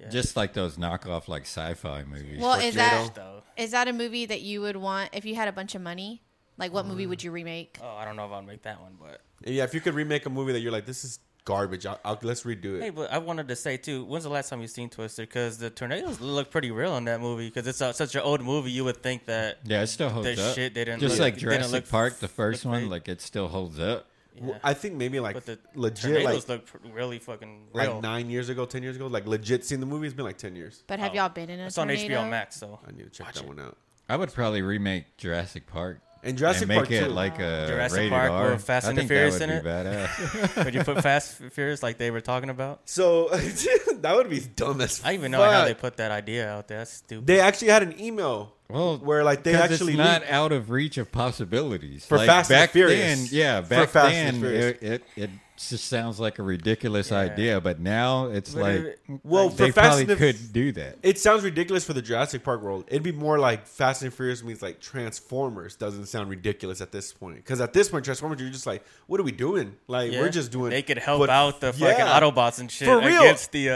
Yeah.
Just like those knockoff like sci-fi movies.
Well, is that
though.
is that a movie that you would want if you had a bunch of money? Like, what movie would you remake?
Oh, I don't know if I'll make that one, but
Yeah. If you could remake a movie that you're like, this is garbage. I'll, I'll, let's redo it.
hey, but I wanted to say too. When's the last time you seen Twister? Because the tornadoes look pretty real in that movie. Because it's a, such an old movie, you would think that.
yeah, it still holds
That
up.
shit didn't
Just
look-
like
didn't
Jurassic
look-
Park, the first
look
one,
great.
like it still holds up.
Well, I think maybe like
But the
legit, like
tornadoes look pr- really fucking
like
real.
nine years ago, ten years ago, like legit seen the movie. It's been like ten years.
But have y'all been in a
Oh. it's on
tornado?
HBO Max, so
I need to check that one out.
I would probably remake Jurassic Park.
And Jurassic
and make
Park
it
too.
like a
Jurassic
rated
Park
R.
with Fast
I
and the
think
Furious
that
in
would
it.
be badass.
Would you put Fast and Furious like they were talking about?
so that would be dumb as.
I don't even know
fuck.
how they put that idea out there. That's stupid.
They actually had an email
Well,
where like they
'cause it's
actually
not
leaked-
out of reach of possibilities
For
Like,
Fast and
back
Furious.
Then, yeah,
For
back
Fast and
then
Furious.
it, it it just sounds like a ridiculous
Yeah.
idea, but now it's
But
like mm,
it-
well
they
Oh, for Fast
probably
and the,
could do that.
It sounds ridiculous for the Jurassic Park world. It'd be more like Fast and Furious means like Transformers doesn't sound ridiculous at this point because at this point Transformers you're just like what are we doing? Like
Yeah.
we're just doing.
They could help
what-
out the fucking
Yeah.
Autobots and shit
For real.
against the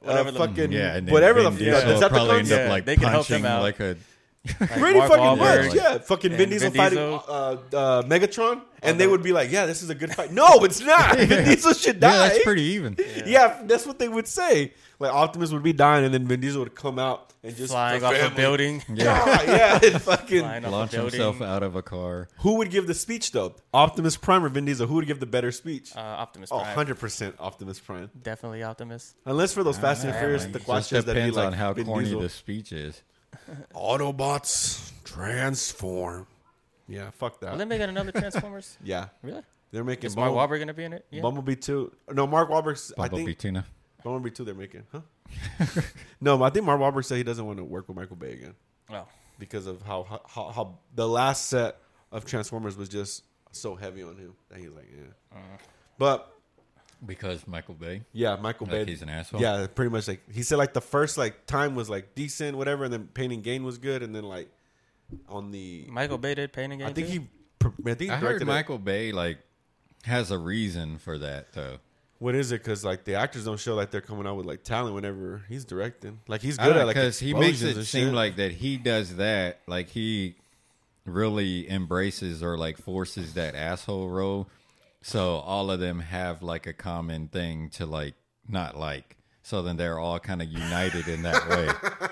uh, whatever
Uh,
the
fucking
Yeah, and then
whatever the
Vin
fuck
Diesel
is that the
probably
concept?
end
Yeah,
up like
they can help them
punching
out.
like a
like,
Pretty
Mark
fucking
Wahlberg
much, yeah. Fucking Vin
and
Diesel
Vin
fighting
Diesel.
Uh, uh, Megatron, and they would be like, "Yeah, this is a good fight." No, it's not. Vin Diesel should die.
yeah, that's pretty even.
Yeah. that's what they would say. Like Optimus would be dying, and then Vin Diesel would come out and just
flying
the
off a
family.
building.
Yeah, yeah, and fucking.
Flying off a
Launch
building.
himself out of a car.
Who would give the speech though? Optimus Prime or Vin Diesel? Who would give the better speech?
Uh, Optimus
Oh,
Prime.
100% Optimus Prime.
Definitely Optimus.
Unless for
Uh,
those Fast and Furious,
Like,
the
it just
questions that be
depends
like
on how
Vin
corny
Diesel.
the speech is.
Autobots transform. Yeah, fuck
Are they
that.
making another Transformers?
Yeah,
really?
they're making
Is Mark
Bumble-
Wahlberg gonna be in it? Yeah.
Bumblebee two. No, Mark Wahlberg's. I
Bumblebee
think
tuna.
Bumblebee two. They're making, huh? no, I think Mark Wahlberg said he doesn't want to work with Michael Bay again
Oh.
because of how how, how, how the last set of Transformers was just so heavy on him that he was like, yeah. But
Because Michael Bay.
yeah, Michael
Like
Bay.
he's an asshole?
Yeah, pretty much. Like he said, like the first like time was like decent, whatever, and then Pain and Gain was good, and then like on the
Michael Bay did Pain and Gain.
I think
too?
he pr- I think he
I
directed
heard
it.
Michael Bay like has a reason for that though.
What is it? Because like the actors don't show like they're coming out with like talent whenever he's directing. Like he's
I
good at
don't
like
because he makes
explosions
it
and
seem
shit.
like that he does that like he really embraces or like forces that asshole role. So all of them have like a common thing to like not like. So then they're all kind of united in that way.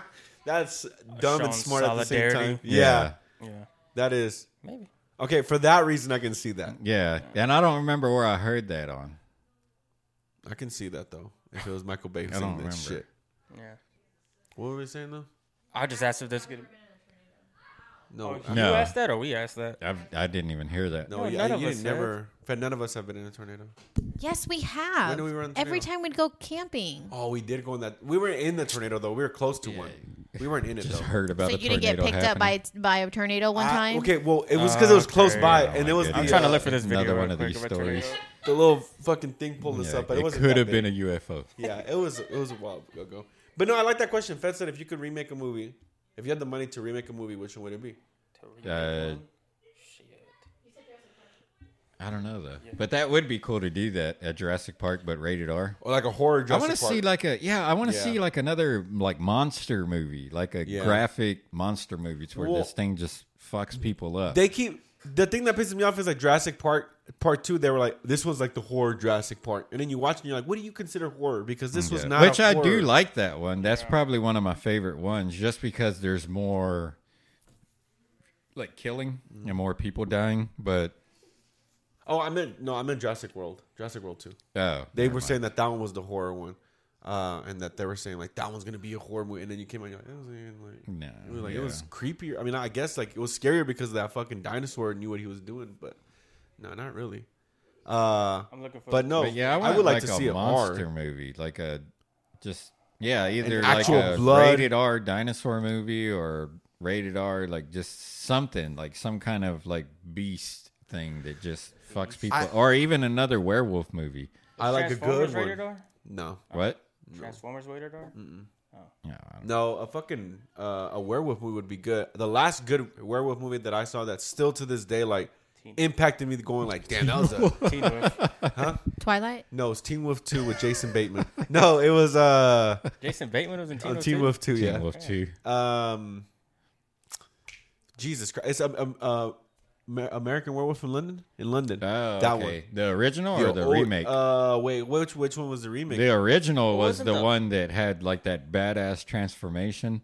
that's dumb
Showing
and smart at the same
solidarity.
time. Yeah,
Yeah.
that is
Maybe.
okay. For that reason, I can see that.
Yeah, and I don't remember where I heard that on.
I can see that though. If it was Michael Bay saying
don't
that
remember.
shit.
Yeah.
What were we saying though?
I just asked if this could.
No, I-
No.
You asked that or we asked that?
I, I didn't even hear that.
no,
Oh, No,
yeah,
none of
you
us
didn't never. In fact, none of us have been in a tornado.
Yes, we have.
When do we run
Every
through?
time we'd go camping.
Oh, we did go in that. We were in the tornado though. We were close to one. We weren't in it
Just
though.
heard about
So
a
you didn't get
tornado
picked up by
happening.
a t- by a tornado one
Ah,
time.
okay, well, it was because it was close
Ah, Okay.
by,
Oh,
and
my
it was.
goodness.
I'm
the,
trying to
uh,
look for this video.
another
real
one of
quick
these
of a tornado.
stories.
The little fucking thing pulled us
Yeah,
up, but it,
it
wasn't.
could
that
have
big.
been a UFO.
Yeah, it was it was a while ago. But no, I like that question. Fed said if you could remake a movie, if you had the money to remake a movie, which one would it be?
Uh, I don't know though, but that would be cool to do that at Jurassic Park, but rated R.
Or like a horror
I
Jurassic
want to see
Park.
like a yeah. I want to
Yeah.
see like another like monster movie, like a
Yeah.
graphic monster movie, to where
Well-
this thing just fucks people up.
they keep the thing that pisses me off is like Jurassic Park Part Two. They were like, this was like the horror Jurassic Park, and then you watch and you're like, what do you consider horror? Because this was
Yeah.
not.
which
I
I do like that one. That's probably one of my favorite ones, just because there's more like killing
Mm.
and more people dying. But
Oh, I meant no, I meant Jurassic World. Jurassic World Two.
oh,
They were saying that that one was the horror one. Uh, and that they were saying like that one's gonna be a horror movie, and then you came out and you're like, it wasn't even like,
No,
it was like
yeah.
it was creepier. I mean, I guess like it was scarier because that fucking dinosaur knew what he was doing, but no, not really. Uh,
I'm looking for.
but no,
But yeah,
yeah,
I,
I,
want,
would like,
like,
to
a
see a
monster
R.
movie, like a just yeah, either like
actual
a
blood-
rated R dinosaur movie or rated R, like just something like some kind of like beast thing that just fucks people,
I-
or even another werewolf movie.
I like a good
Transformers rated
one.
R?
No,
What?
Transformers rated R.
No, I don't-
no, a fucking uh, a werewolf movie would be good. The last good werewolf movie that I saw that still to this day like impacted me, going like, damn, that was a
Teen Wolf.
Twilight.
no, it's Teen Wolf Two with Jason Bateman. no, it was uh,
Jason Bateman was in Teen
uh,
Wolf.
Teen
too?
Wolf Two,
Teen
yeah.
Wolf Two.
Um, Jesus Christ! It's um, um, uh, Amer- American Werewolf in London. In London,
Oh,
that
okay. The original
one.
or the
old-
remake?
Uh, wait, which which one was the remake?
the original was
wasn't
the,
the-
one that had like that badass transformation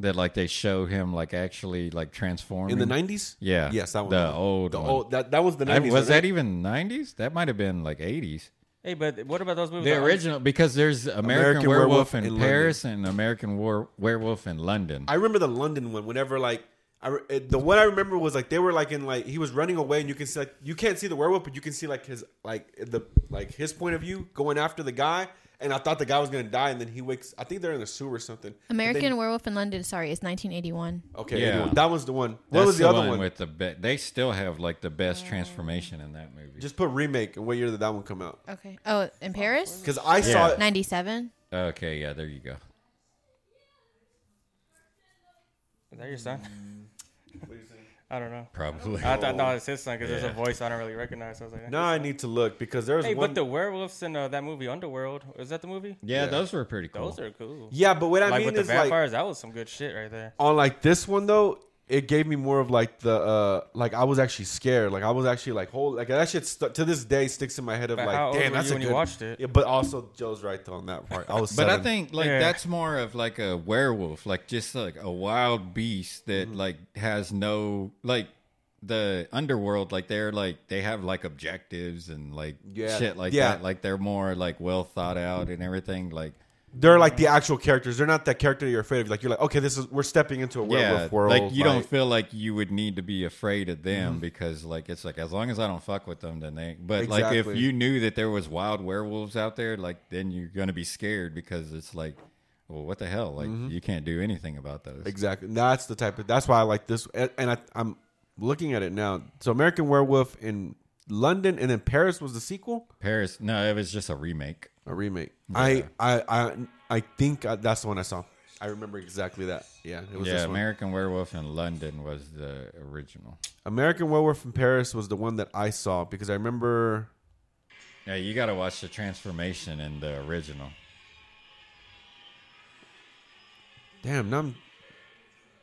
that like they showed him like actually like transforming
in the nineties?
Yeah.
yes, that one.
The old
the
one.
old that that was the
That-
nineties.
was that e- even 90s? That might have been like 80s.
Hey, but what about those movies?
The
that-
original, because there's American,
American
Werewolf,
Werewolf in
in,
London.
Paris and American War, Werewolf in London.
I remember the London one. Whenever like. I, re- it- the one I remember was like they were like in like he was running away and you can see like you can't see the werewolf but you can see like his like the like his point of view going after the guy and I thought the guy was gonna die and then he wakes I think they're in the sewer or something But then-
American Werewolf in London. Sorry, it's 1981.
okay
Yeah.
anyway, that was the one what
That's
was the, other one,
with the be- They still have like the best transformation in that movie.
Just put remake and what year did that one come out?
Okay. Oh, in Paris.
Because I saw
Yeah.
it.
97.
okay, yeah, there you go.
Is that your son? I don't know.
Probably.
I thought no, it's his son because there's
Yeah.
a voice I don't really recognize. So I was like,
Now I need to look because there's
hey,
one.
but the werewolves in uh, that movie Underworld is that the movie?
yeah, those were pretty cool.
Those are cool.
yeah, but what I
like
mean
with the
is like
vampires, that was some good shit right there.
on like this one though, it gave me more of like the uh like I was actually scared. Like I was actually like whole like that shit stu- to this day sticks in my head of
But
like
how old
damn
were
that's
you
a
when
good.
you watched it?
Yeah, but also Joe's right though on that part. I was
But I
seven.
think like
Yeah.
that's more of like a werewolf, like just like a wild beast that
Mm-hmm.
like has no like the underworld, like they're like they have like objectives and like
Yeah.
shit like
Yeah.
that. Like they're more like well thought out and everything. Like
they're like the actual characters. They're not that character you're afraid of. Like you're like okay, this is we're stepping into a werewolf
yeah,
world. Mm-hmm.
like you don't feel like you would need to be afraid of them because like it's like as long as I don't fuck with them, then they. But like if
Exactly.
you knew that there was wild werewolves out there, like then you're gonna be scared because it's like, well, what the hell? Like
Mm-hmm.
you can't do anything about those.
Exactly. That's the type of. That's why I like this. And and I, I'm looking at it now. So American Werewolf in London, and then Paris was the sequel,
Paris. No, it was just a remake.
a remake. I, I, I, I think I, that's the one I saw. I remember exactly that. Yeah, it was
Yeah,
this one.
American Werewolf in London was the original.
American Werewolf from Paris was the one that I saw because I remember.
Yeah, you got to watch the transformation in the original.
Damn, now I'm.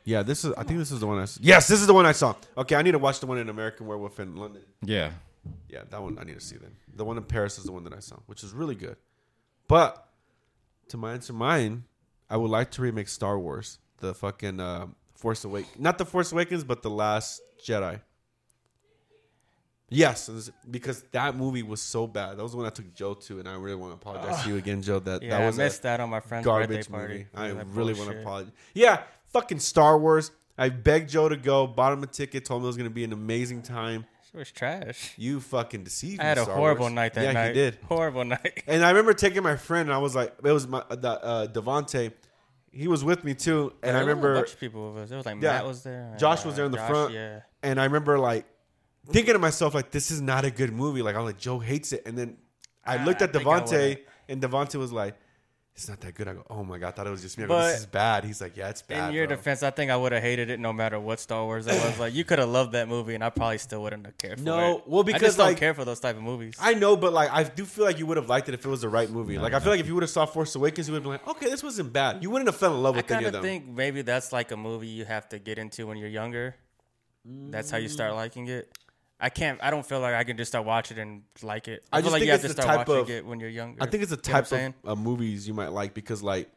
Yeah, this is. I think this is the one I. s- Yes, this is the one I saw. Okay, I need to watch the one in American Werewolf in London.
Yeah,
Yeah, that one I need to see then. The one in Paris is the one that I saw, which is really good. But to my answer, mine, I would like to remake Star Wars, the fucking uh, Force Awakens, not the Force Awakens, but the Last Jedi. Yes, it was- because that movie was so bad. That was the one I took Joe to, and I really want to apologize to you again, Joe. That
Yeah,
that was
I missed
a
that on my friend's birthday
garbage
party.
movie. I
Yeah, that oh,
really want to
bullshit.
apologize. Yeah, fucking Star Wars. I begged Joe to go, bought him a ticket, told him it was going to be an amazing time.
It was trash.
You fucking deceived me.
I had a
Star
horrible
Wars.
night that
yeah,
night.
he did.
Horrible night.
And I remember taking my friend, and I was like, it was my uh, the, uh, Devonte. He was with me too, and
There was
I
a
remember
bunch of people with us. There was like
yeah,
Matt was there. and,
Josh
uh,
was there in the
Josh,
front,
Yeah.
and I remember like thinking to myself like, this is not a good movie. Like I'm like Joe hates it, and then I
Ah,
looked at
I think I
Devonte,
would've.
and Devonte was like, it's not that good. I go, oh my god, I thought it was just me. I go,
But-
this is bad. He's like, yeah, it's
In
bad.
your
bro."
defense, I think I would have hated it no matter what Star Wars it was. Like you could have loved that movie, and I probably still wouldn't have cared. For
No,
it.
well,
I
because,
just don't
like-
care for those type of movies.
I know, but like I do feel like you would have liked it if it was the right movie. like I feel like if you would have saw Force Awakens, you would have been like, okay, this wasn't bad. You wouldn't have fell in love
I
with any
kind
of
of
them.
think maybe that's like a movie you have to get into when you're younger. That's how you
Mm.
start liking it. I can't. I don't feel like I can just start watching it and like it. I,
I
feel
just
like
think
you have to
it's the
start
type
watching
of-
it when you're younger.
I think it's the
You know what I'm
types of
saying?
uh, movies you might like because like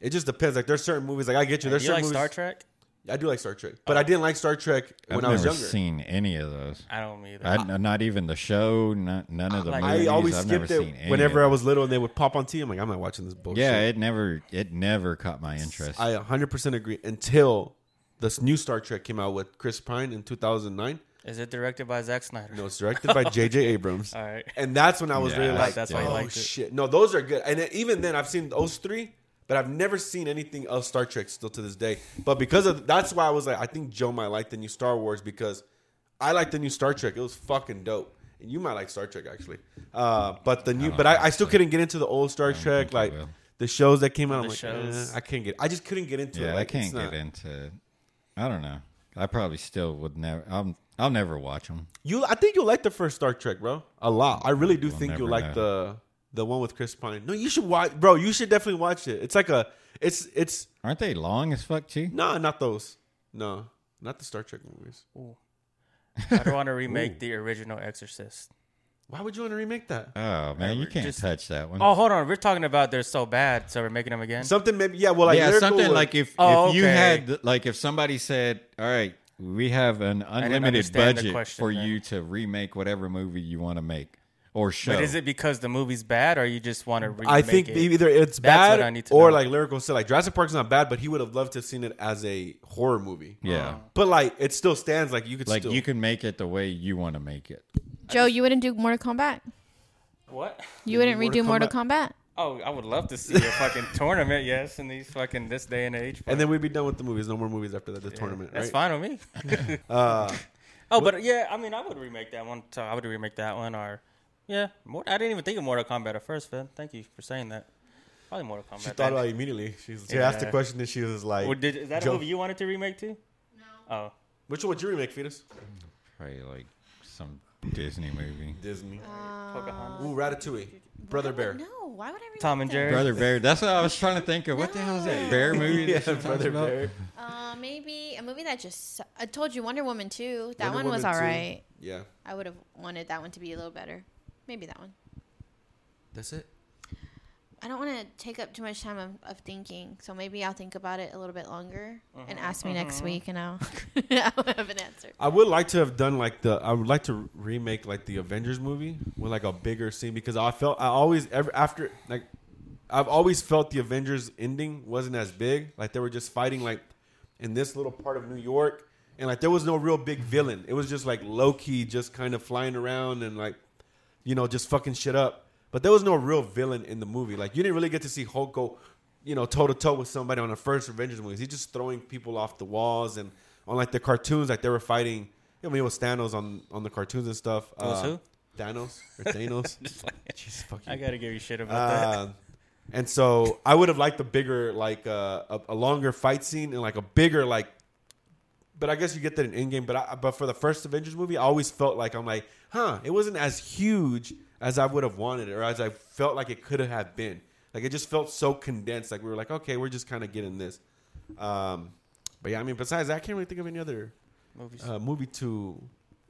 it just depends. Like there's certain movies like I get you. There's
You
certain
like
movies
Star Trek? Oh.
I do like Star Trek, but I didn't like Star Trek when
I've
I was
never
younger.
seen any of those.
I don't either.
I, not even the show. Not, none of the
Like, I
I
movies.
always
I've
skipped
never seen
it
any
whenever I
of
was little, and they would pop on TV. I'm like, I'm not watching this bullshit.
Yeah, it never it never caught my interest.
I 100 percent agree. Until this new Star Trek came out with Chris Pine in 2009.
Is it directed by Zack Snyder?
No, it's directed by J.J. Abrams.
All right.
And that's when I was
Yeah,
really like,
that's
oh
why you liked it.
shit. No, those are good. And then, even then, I've seen those three, but I've never seen anything else Star Trek still to this day. But because of that's why I was like, I think Joe might like the new Star Wars because I like the new Star Trek. It was fucking dope. And you might like Star Trek actually. Uh, but the new, but I, I still couldn't get into the old Star Trek
think I
like.
will.
The shows that came out, I'm
The
like,
shows.
eh, I can't get. I just couldn't get into it.
yeah,
Like,
I can't
it's
get
not-
into. it. I don't know. I probably still would never. I'm. I'll never watch them.
You, I think you'll like the first Star Trek, bro. A lot. I really do think
never
you'll
know.
like the the one with Chris Pine. No, you should watch, bro. You should definitely watch it. It's like a, it's it's
Aren't they long as fuck too?
no, not those. No, not the Star Trek movies.
I don't want to remake the original Exorcist.
Why would you want to remake that?
Oh man, you
we're
can't
just-
touch that one.
Oh, hold on. We're talking about they're so bad, so we're making them again.
Something maybe, yeah. Well, like
yeah,
lyrical
something
or-
like if
Oh,
if you
okay.
had like if somebody said, "All right, we have an unlimited
understand the
budget
question
for
then.
you to remake whatever movie you want to make or show."
but is it because the movie's bad, or you just want to remake
I think
it?
either it's
That's what
bad
I need to
or
know.
like lyrical. So like Jurassic Park's not bad, but he would have loved to have seen it as a horror movie.
Yeah,
Oh,
But like it still stands. Like you could
like
still.
you can make it the way you want to make it.
Joe, you wouldn't do Mortal Kombat.
what?
You wouldn't
Mortal
redo Mortal Kombat.
Oh, I would love to see a fucking tournament. Yes, in these fucking this day and age.
and then we'd be done with the movies. No more movies after that. The tournament.
That's
right?
fine with me.
Uh,
oh, but yeah, I mean, I would remake that one. So I would remake that one, or yeah, more, I didn't even think of Mortal Kombat at first, Finn. Thank you for saying that. Probably Mortal Kombat.
She thought
then.
about it immediately. She's, she
Yeah.
asked the question and she was like,
Well, did, is that
Joe-
a movie you wanted to remake too? No. Oh,
Which one would you remake, Fetus?
Probably like some Disney movie.
Disney.
Uh, Pocahontas.
Ooh, Ratatouille. Brother Bear.
No, why would I remake
Tom and
that?
Jerry.
Brother Bear. That's what I was trying to think of. What the hell is that bear movie? that she talks about?
Uh, maybe a movie that just su- I told you Wonder Woman 2. That
Wonder
one was
Woman
all
2.
right.
Yeah.
I would have wanted that one to be a little better. Maybe that one.
That's it.
I don't want to take up too much time of, of thinking, so maybe I'll think about it a little bit longer and ask me next week, and I'll, I'll have an answer.
I would like to have done like the. I would like to remake like the Avengers movie with like a bigger scene because I felt I always ever after like I've always felt the Avengers ending wasn't as big. Like they were just fighting like in this little part of New York, and like there was no real big villain. It was just like Loki just kind of flying around and like you know just fucking shit up. But there was no real villain in the movie. Like you didn't really get to see Hulk go you know toe to toe with somebody on the first Avengers movies. He's just throwing people off the walls and on like the cartoons, like they were fighting. I mean, it was Thanos on on the cartoons and stuff. Uh,
was who?
Thanos or Thanos?
Just like-
Jeez, fuck you.
I gotta give you shit about that.
Uh, And so I would have liked a bigger, like uh, a, a longer fight scene and like a bigger, like. But I guess you get that in Endgame. But I, but for the first Avengers movie, I always felt like I'm like, huh, it wasn't as huge as I would have wanted it, or as I felt like it could have been. Like it just felt so condensed. Like we were like, okay, we're just kind of getting this. Um, but yeah, I mean, besides that, I can't really think of any other
Movies.
uh, movie to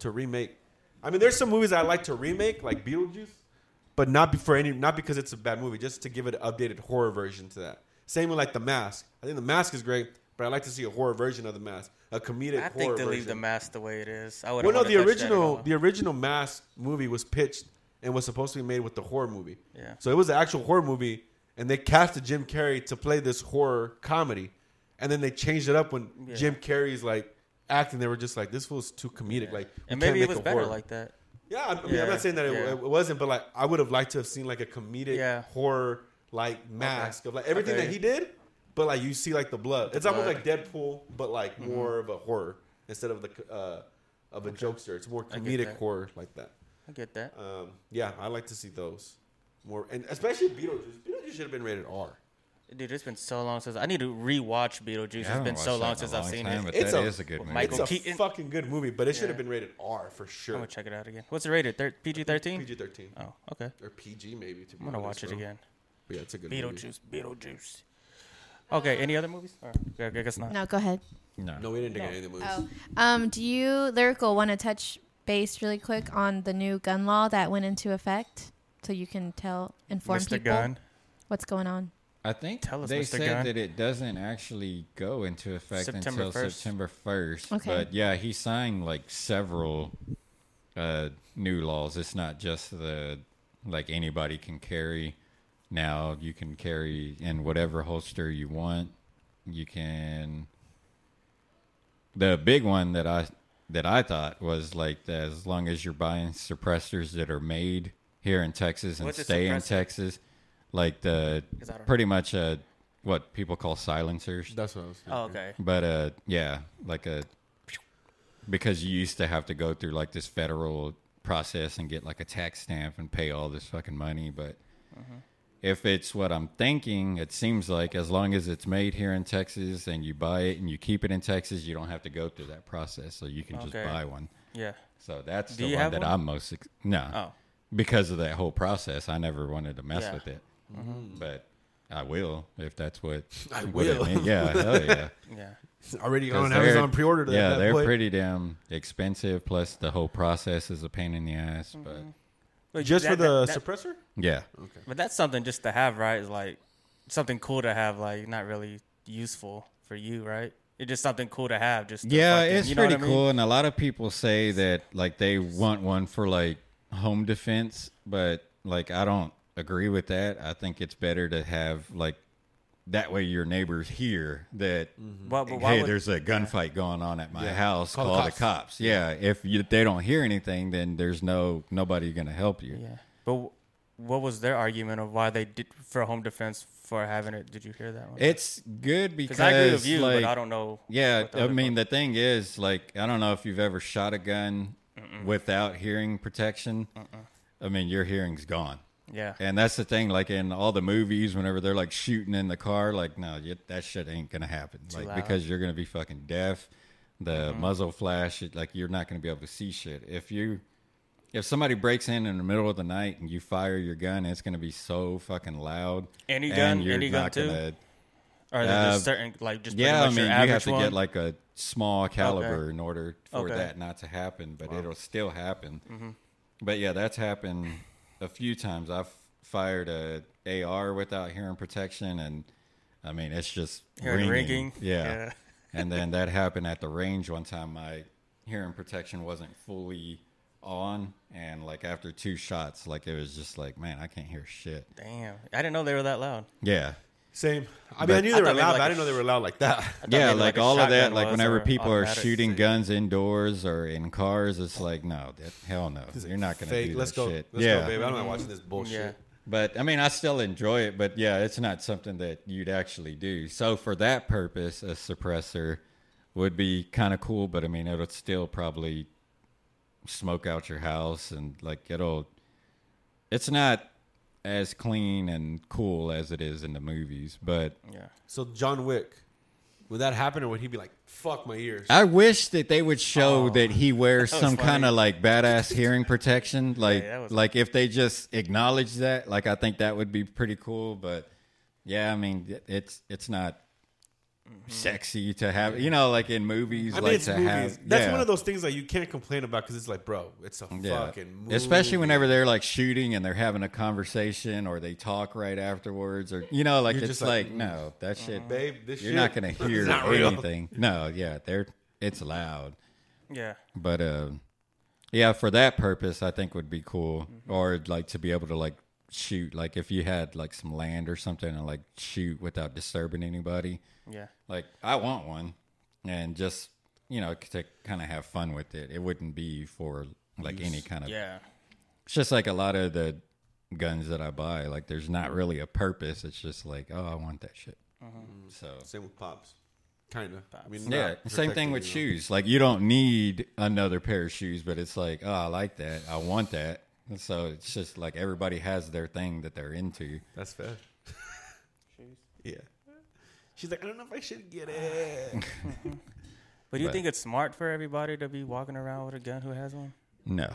to remake. I mean, there's some movies I like to remake, like Beetlejuice, but not be- for any, not because it's a bad movie, just to give it an updated horror version to that. Same with like The Mask. I think The Mask is great, but I like to see a horror version of The Mask, a comedic
I
horror
think they leave the
version.
mask the way it is. I would.
well, no, the original the original Mask movie was pitched and was supposed to be made with the horror movie.
Yeah.
So it was an actual horror movie, and they casted Jim Carrey to play this horror comedy, and then they changed it up when
Yeah.
Jim Carrey's like acting. They were just like, "This was too comedic." Like, we
and
can't
maybe it
make
was
a
better
horror.
like that.
Yeah, I I mean, I'm
Yeah,
not saying that it,
yeah.
it wasn't, but like, I would have liked to have seen like a comedic
Yeah.
horror like mask of like everything
Okay.
that he did, but like you see like the blood. It's almost
blood. Mm-hmm.
like Deadpool, but like more of a horror instead of the c- uh, of a jokester. It's more
get
comedic
that.
horror like that.
I get that.
Um, yeah, I like to see those more, and especially Beetlejuice. Beetlejuice should have been rated R.
Dude, it's been so long since I need to rewatch Beetlejuice.
I
it's
haven't
been so
watched that
long
in a
since I've seen
time,
it.
But
It's
that
a-
is a good movie.
Michael
It's a
Keaton.
fucking good movie, but it should
Yeah.
have been rated R for
I'm
sure.
gonna check it out again. What's it rated? Thir- PG thirteen.
PG thirteen
Oh, okay.
or PG maybe. To be
I'm gonna
honest,
watch it
bro.
again.
But yeah, it's a good movie.
Beetlejuice. Beetlejuice. Okay. Any other movies? Or, okay, I guess not.
No, go ahead.
No.
No, we didn't get any of the movies.
Oh, um, do you lyrical want to touch base really quick on the new gun law that went into effect, so you can tell inform
Mr.
people
Gunn.
what's going on?
I think
Tell us,
they
Mr.
said
Gunn.
that it doesn't actually go into effect
September
until
1st.
September 1st.
Okay.
But yeah, he signed like several uh, new laws. It's not just the like anybody can carry. Now you can carry in whatever holster you want. You can. The big one that I that I thought was like as long as you're buying suppressors that are made here in Texas and
What's a
stay in
suppressor?
Texas, like the
'Cause I don't-
pretty much uh what people call silencers.
That's what I was.
Oh, okay.
But uh, yeah, like a because you used to have to go through like this federal process and get like a tax stamp and pay all this fucking money. But
Mm-hmm.
if it's what I'm thinking, it seems like as long as it's made here in Texas and you buy it and you keep it in Texas, you don't have to go through that process. So you can just
Okay.
buy one.
Yeah.
So that's
Do
the
you
one
have
that
one?
I'm most ex- no
Oh.
because of that whole process. I never wanted to mess
Yeah.
with it, but I will if that's what
Mm-hmm. I
what it
will.
mean- Yeah, hell yeah.
Yeah.
It's already
'Cause
on
they're-
Oh, Amazon pre-order. That,
yeah,
that
they're
boy.
pretty damn expensive. Plus, the whole process is a pain in the ass. But
Mm-hmm. But
Just
that-
for the
that- that-
suppressor?
yeah,
But that's something just to have, right? Is like something cool to have, like not really useful for you, right? It's just something cool to have. Just to
yeah,
fucking-
it's
you know
pretty
what I mean?
cool. And a lot of people say that like they want one for like home defense, but like I don't agree with that. I think it's better to have like that way your neighbors hear that
But, but why
hey,
would,
there's a gunfight going on at my
Mm-hmm. Yeah.
house. Call,
Call the
the, cops.
cops.
Yeah, if you, they don't hear anything, then there's no nobody gonna help you.
yeah. But wh- what was their argument of why they did for home defense for having it? Did you hear that one?
It's good because
Because I agree with you,
like,
but I don't know.
Yeah,
what the
I
other
mean the thing is, like, I don't know if you've ever shot a gun without hearing protection. I mean, your hearing's gone,
Yeah.
and that's the thing. Like in all the movies, whenever they're like shooting in the car, like, no, you, that shit ain't gonna happen. like
loud.
because you're gonna be fucking deaf. The muzzle flash, it, like, you're not gonna be able to see shit if you. If somebody breaks in in the middle of the night and you fire your gun, it's going to be so fucking loud.
Any
and
gun?
you're
Any gun
not
too?
gonna-
Or there's
Uh,
just certain like just pretty
yeah, I
much
mean,
your
you
average
have to
one.
get like a small caliber in order for
Okay. Mm-hmm.
that not to happen, but it'll still happen. But yeah, that's happened a few times. I've fired a AR without hearing protection, and I mean, it's just
Hearing
ringing.
ringing.
Yeah.
Yeah.
and then that happened at the range one time. My hearing protection wasn't fully on, and like after two shots, like it was just like, man, I can't hear shit.
damn. I didn't know they were that loud.
Yeah.
Same. I mean,
But-
I knew
I
they
thought
were
maybe
loud,
like
but
a
I didn't know they were loud like that.
yeah,
maybe,
like,
like, a
all of that.
shotgun
Like
was
whenever
or
people are
automatic.
shooting guns indoors or in cars, it's like, no, that, hell no, you're not gonna
Fake.
do
Let's
that
go.
shit.
Let's
yeah,
go, baby. I'm not watching this bullshit.
Yeah.
but I mean, I still enjoy it. But yeah, it's not something that you'd actually do. So for that purpose, a suppressor would be kind of cool. But I mean, it'll still probably smoke out your house and like it'll. It's not as clean and cool as it is in the movies. But
Yeah.
So John Wick, would that happen, or would he be like, "Fuck my ears"?
I wish that they would show
Oh,
that he wears some kind of like badass hearing protection. Like,
that was-
like if they just acknowledge that, like I think that would be pretty cool. But yeah, I mean, it- it's it's not sexy to have, you know, like in movies,
Mm-hmm. I mean,
like
it's
to
movies.
have.
That's
yeah,
one of those things that you can't complain about because it's like, bro, it's a
yeah.
fucking movie.
Especially whenever they're like shooting and they're having a conversation or they talk right afterwards, or you know, like
You're
it's
just like, "Mm,
like, no, that shit,
babe, this
you're
shit
not gonna
is
hear
not real.
anything. No, yeah, they're it's loud.
Yeah.
but uh yeah for that purpose i think would be cool or like to be able to like shoot like if you had like some land or something and like shoot without disturbing anybody
Yeah.
like i want one and just you know to kind of have fun with it it wouldn't be for like any kind of
Yeah.
it's just like a lot of the guns that i buy like there's not really a purpose it's just like oh i want that shit so
Same with pops, kind of. I mean,
yeah,
not
same thing
protecting,
with
you know.
shoes. Like you don't need another pair of shoes, but it's like, oh, I like that. I want that. And so it's just like everybody has their thing that they're into.
That's fair. yeah. She's like, I don't know if I should get it.
But do you
But-
think it's smart for everybody to be walking around with a gun who has one?
No.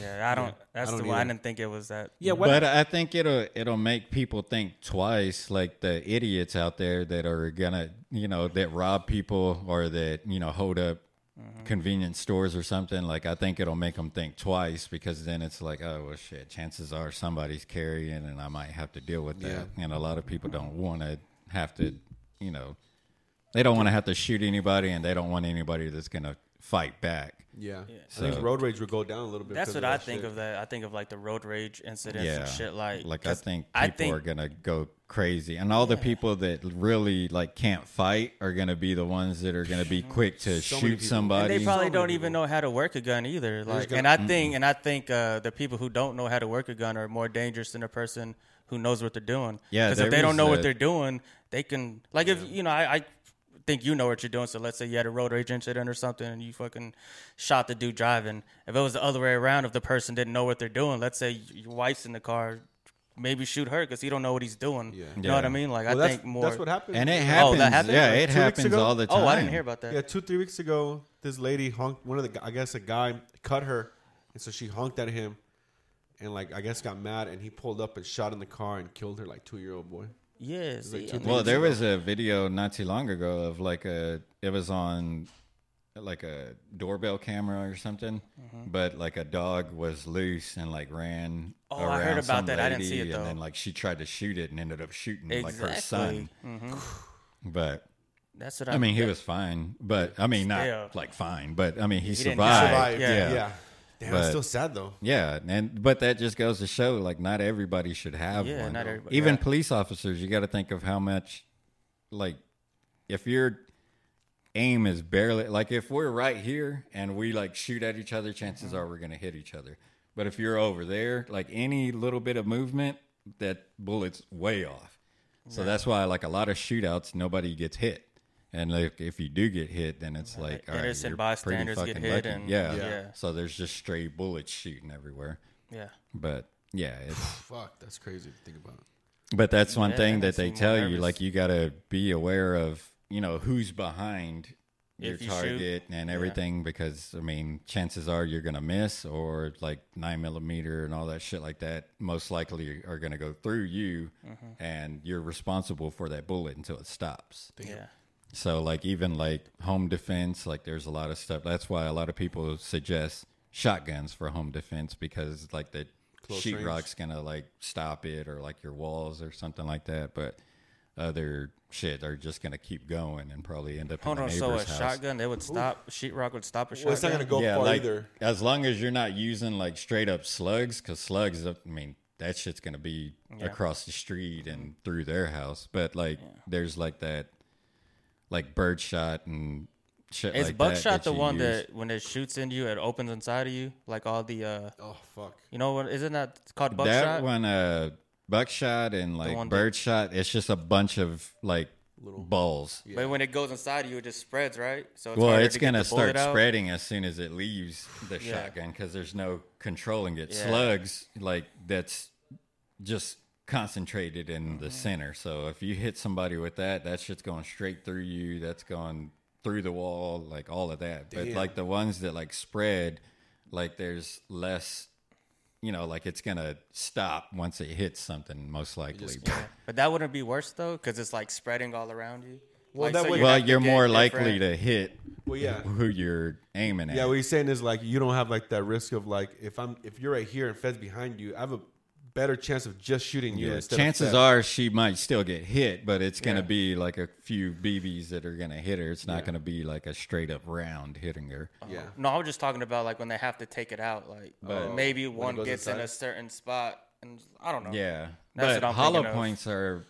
Yeah, I don't. That's
don't
the one. I
either.
didn't think it was that.
yeah, what?
But I think it'll it'll make people think twice, like the idiots out there that are gonna, you know, that rob people or that you know hold up
Mm-hmm.
convenience stores or something. Like I think it'll make them think twice because then it's like, oh well, shit. Chances are somebody's carrying, and I might have to deal with that. And a lot of people don't want to have to, you know, they don't want to have to shoot anybody, and they don't want anybody that's gonna fight back.
yeah. I
So-
think road rage would go down a little bit.
That's
because
what
of
I
that
think
shit.
of that. I think of like the road rage incidents and shit like.
like I
'cause
think people
I think
are gonna go crazy, and all the people that really like can't fight are gonna be the ones that are gonna be quick to
many
shoot
people.
and
somebody.
they probably don't even know how to work a gun either. Like,
gonna-
and I think, and I think uh, the people who don't know how to work a gun are more dangerous than a person who knows what they're doing.
Yeah,
because if
there
they don't
is
know
that.
what they're doing, they can like if you know I. I Think you know what you're doing. So let's say you had a road rage incident or something, and you fucking shot the dude driving. If it was the other way around, if the person didn't know what they're doing, let's say your wife's in the car, maybe shoot her because he don't know what he's doing.
Yeah.
You know what
Yeah.
I mean? Like
Well,
I
that's,
think more.
that's what happened.
and it
Yeah.
happens.
Oh, happened?
Yeah, it
Like
two weeks
happens
ago?
all the time.
Oh, I didn't hear about that.
Yeah, two three weeks ago, this lady honked one of the. I guess a guy cut her, and so she honked at him, and like I guess got mad, and he pulled up and shot in the car and killed her like two year old boy.
Yeah,
like
see,
two
I mean,
Well, there was a video not too long ago of like a it was on like a doorbell camera or something,
Mm-hmm.
but like a dog was loose and like ran.
Oh,
around
I heard
some
about that. I didn't see
lady,
it,
And then
though.
like she tried to shoot it and ended up shooting like her
Exactly. Mm-hmm.
son. But
that's what
I mean, he was fine, but I mean, not
Still.
like fine, but I mean, he,
didn't
survived.
survive,
Yeah.
yeah.
yeah.
Damn, it's
But-
still sad though.
and but that just goes to show, like, not everybody should have
Yeah,
one.
not everybody,
Even
right.
police officers, you got to think of how much, like, if your aim is barely, like, if we're right here and we like shoot at each other, chances
Mm-hmm.
are we're gonna hit each other. But if you're over there, like any little bit of movement, that bullet's way off. So that's why, like, a lot of shootouts, nobody gets hit. And like, if you do get hit, then it's like all right,
Innocent
you're pretty
bystanders get
fucking
hit
lucky.
and-
yeah.
Yeah.
So there's just stray bullets shooting everywhere.
yeah.
But yeah, it's,
Fuck, that's crazy to think about.
but that's one
Yeah,
thing
that
that they
makes me more
tell you.
nervous.
Like you got to be aware of you know who's behind your
If you shoot,
target and everything because I mean chances are you're gonna miss or like nine millimeter and all that shit like that most likely are gonna go through you
Mm-hmm.
and you're responsible for that bullet until it stops.
Yeah.
So like even like home defense, like there's a lot of stuff. That's why a lot of people suggest shotguns for home defense because like the
Close
sheetrock's gonna like stop it or like your walls or something like that. But other shit are just gonna keep going and probably end up
Hold
in
on,
the
so a
neighbor's house.
shotgun, they would stop, sheetrock would stop a shotgun.
Well, it's not gonna go
yeah,
far
like
either.
as long as you're not using like straight up slugs, because slugs, I mean, that shit's gonna be across the street and through their house. But like, there's like that, like birdshot and shit.
Is
like that
buckshot
that
the
you
one
use.
that when it shoots into you, it opens inside of you? Like all the, uh,
Oh fuck.
you know what? Isn't that called buckshot?
that one uh buckshot and
one
like
that-
birdshot it's just a bunch of like balls
But when it goes inside of you, it just spreads, right? So
well
harder
it's
to get
gonna
the bullet
start
out.
spreading as soon as it leaves the shotgun because there's no controlling it slugs like that's just concentrated in the
Mm-hmm.
center. So if you hit somebody with that, that shit's going straight through you. That's going through the wall, like all of that. But like the ones that like spread, like there's less, you know, like it's gonna stop once it hits something, most likely. But-
But that wouldn't be worse though, because it's like spreading all around you.
Well,
Like,
that
so
would-
you
well,
have to
you're
get
more
different-
likely to hit
Well, yeah.
who you're aiming at.
Yeah, what you're saying is like you don't have like that risk of like if I'm if you're right here and Fed's behind you, I have a better chance of just shooting you.
Yeah,
instead
chances
of Fed.
are she might still get hit, but it's going to be
Yeah.
like a few BBs that are going to hit her. It's not going to be like a straight up round hitting her.
yeah.
No, I was just talking about like when they have to take it out, like
But-
maybe
it
one
goes
gets in
inside?
a certain spot, and I don't know.
Yeah.
That's
Uh-huh. but
what I'm
hollow
thinking of.
points are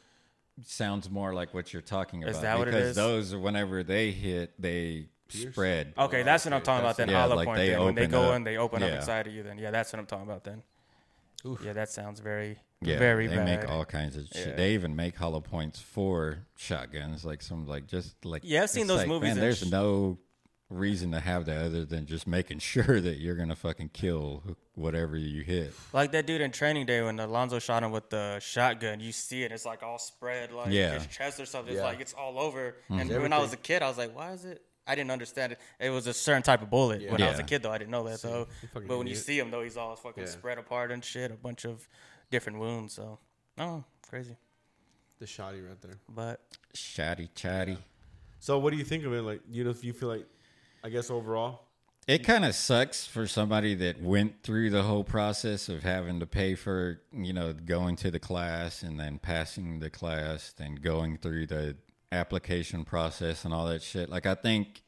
sounds more like what you're talking about
that what it
because
is?
those whenever they hit, they spread.
Okay, that's what I'm talking about then.
yeah,
hollow
like
point.
they
then. When they
open
go
up.
in, they open
Yeah.
up inside of you. Then yeah, that's what I'm talking about then. Yeah, that sounds very,
Yeah,
very
they
bad.
make all kinds of shit. They even make hollow points for shotguns, like some like just like
Yeah, I've seen
it's
those
like,
movies
Man,
and
there's
sh-
no reason to have that other than just making sure that you're gonna fucking kill wh- whatever you hit.
Like that dude in Training Day when Alonzo shot him with the shotgun, you see it. It's like all spread, like
Yeah. Mm-hmm.
his chest or something.
Yeah.
It's like it's all over. And when I was a kid, I was like, "Why is it?" I didn't understand it. It was a certain type of bullet. When I was a
Yeah.
kid, though, I didn't know that. So, but
fucking
when you
idiot.
see him, though, he's all fucking spread apart and shit. A bunch of different wounds. So, oh, crazy.
The shoddy right there.
But
Shatty chatty.
So what do you think of it? Like you know, if you feel like, I guess overall,
It kind of sucks for somebody that went through the whole process of having to pay for, you know, going to the class and then passing the class, then going through the application process and all that shit. Like, I think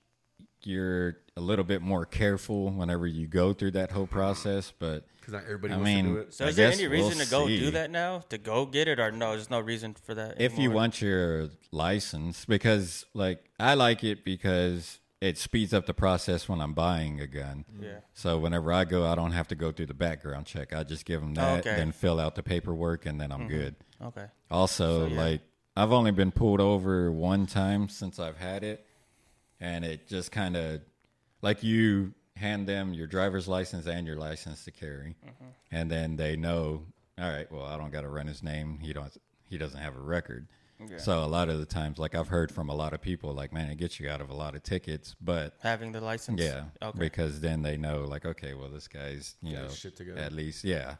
you're a little bit more careful whenever you go through that whole process, but
because not everybody
I
wants to
mean,
do it.
so,
I
is there
guess
any reason
we'll
to go
see.
do that now? To go get it or no? There's no reason for that.
if you
anymore?
want your license because like i like it because it speeds up the process when i'm buying a gun
Yeah.
so whenever i go i don't have to go through the background check i just give them that
Okay. Mm-hmm.
then fill out the paperwork and then i'm good
Okay.
also like i've only been pulled over one time since i've had it and it just kind of like you hand them your driver's license and your license to carry
Mm-hmm.
and then they know all right well i don't got to run his name he don't he doesn't have a record so a lot of the times like i've heard from a lot of people like man it gets you out of a lot of tickets but
Having the license.
yeah
Okay.
because then they know like okay well this guy's you
Got
know
his shit together.
at least yeah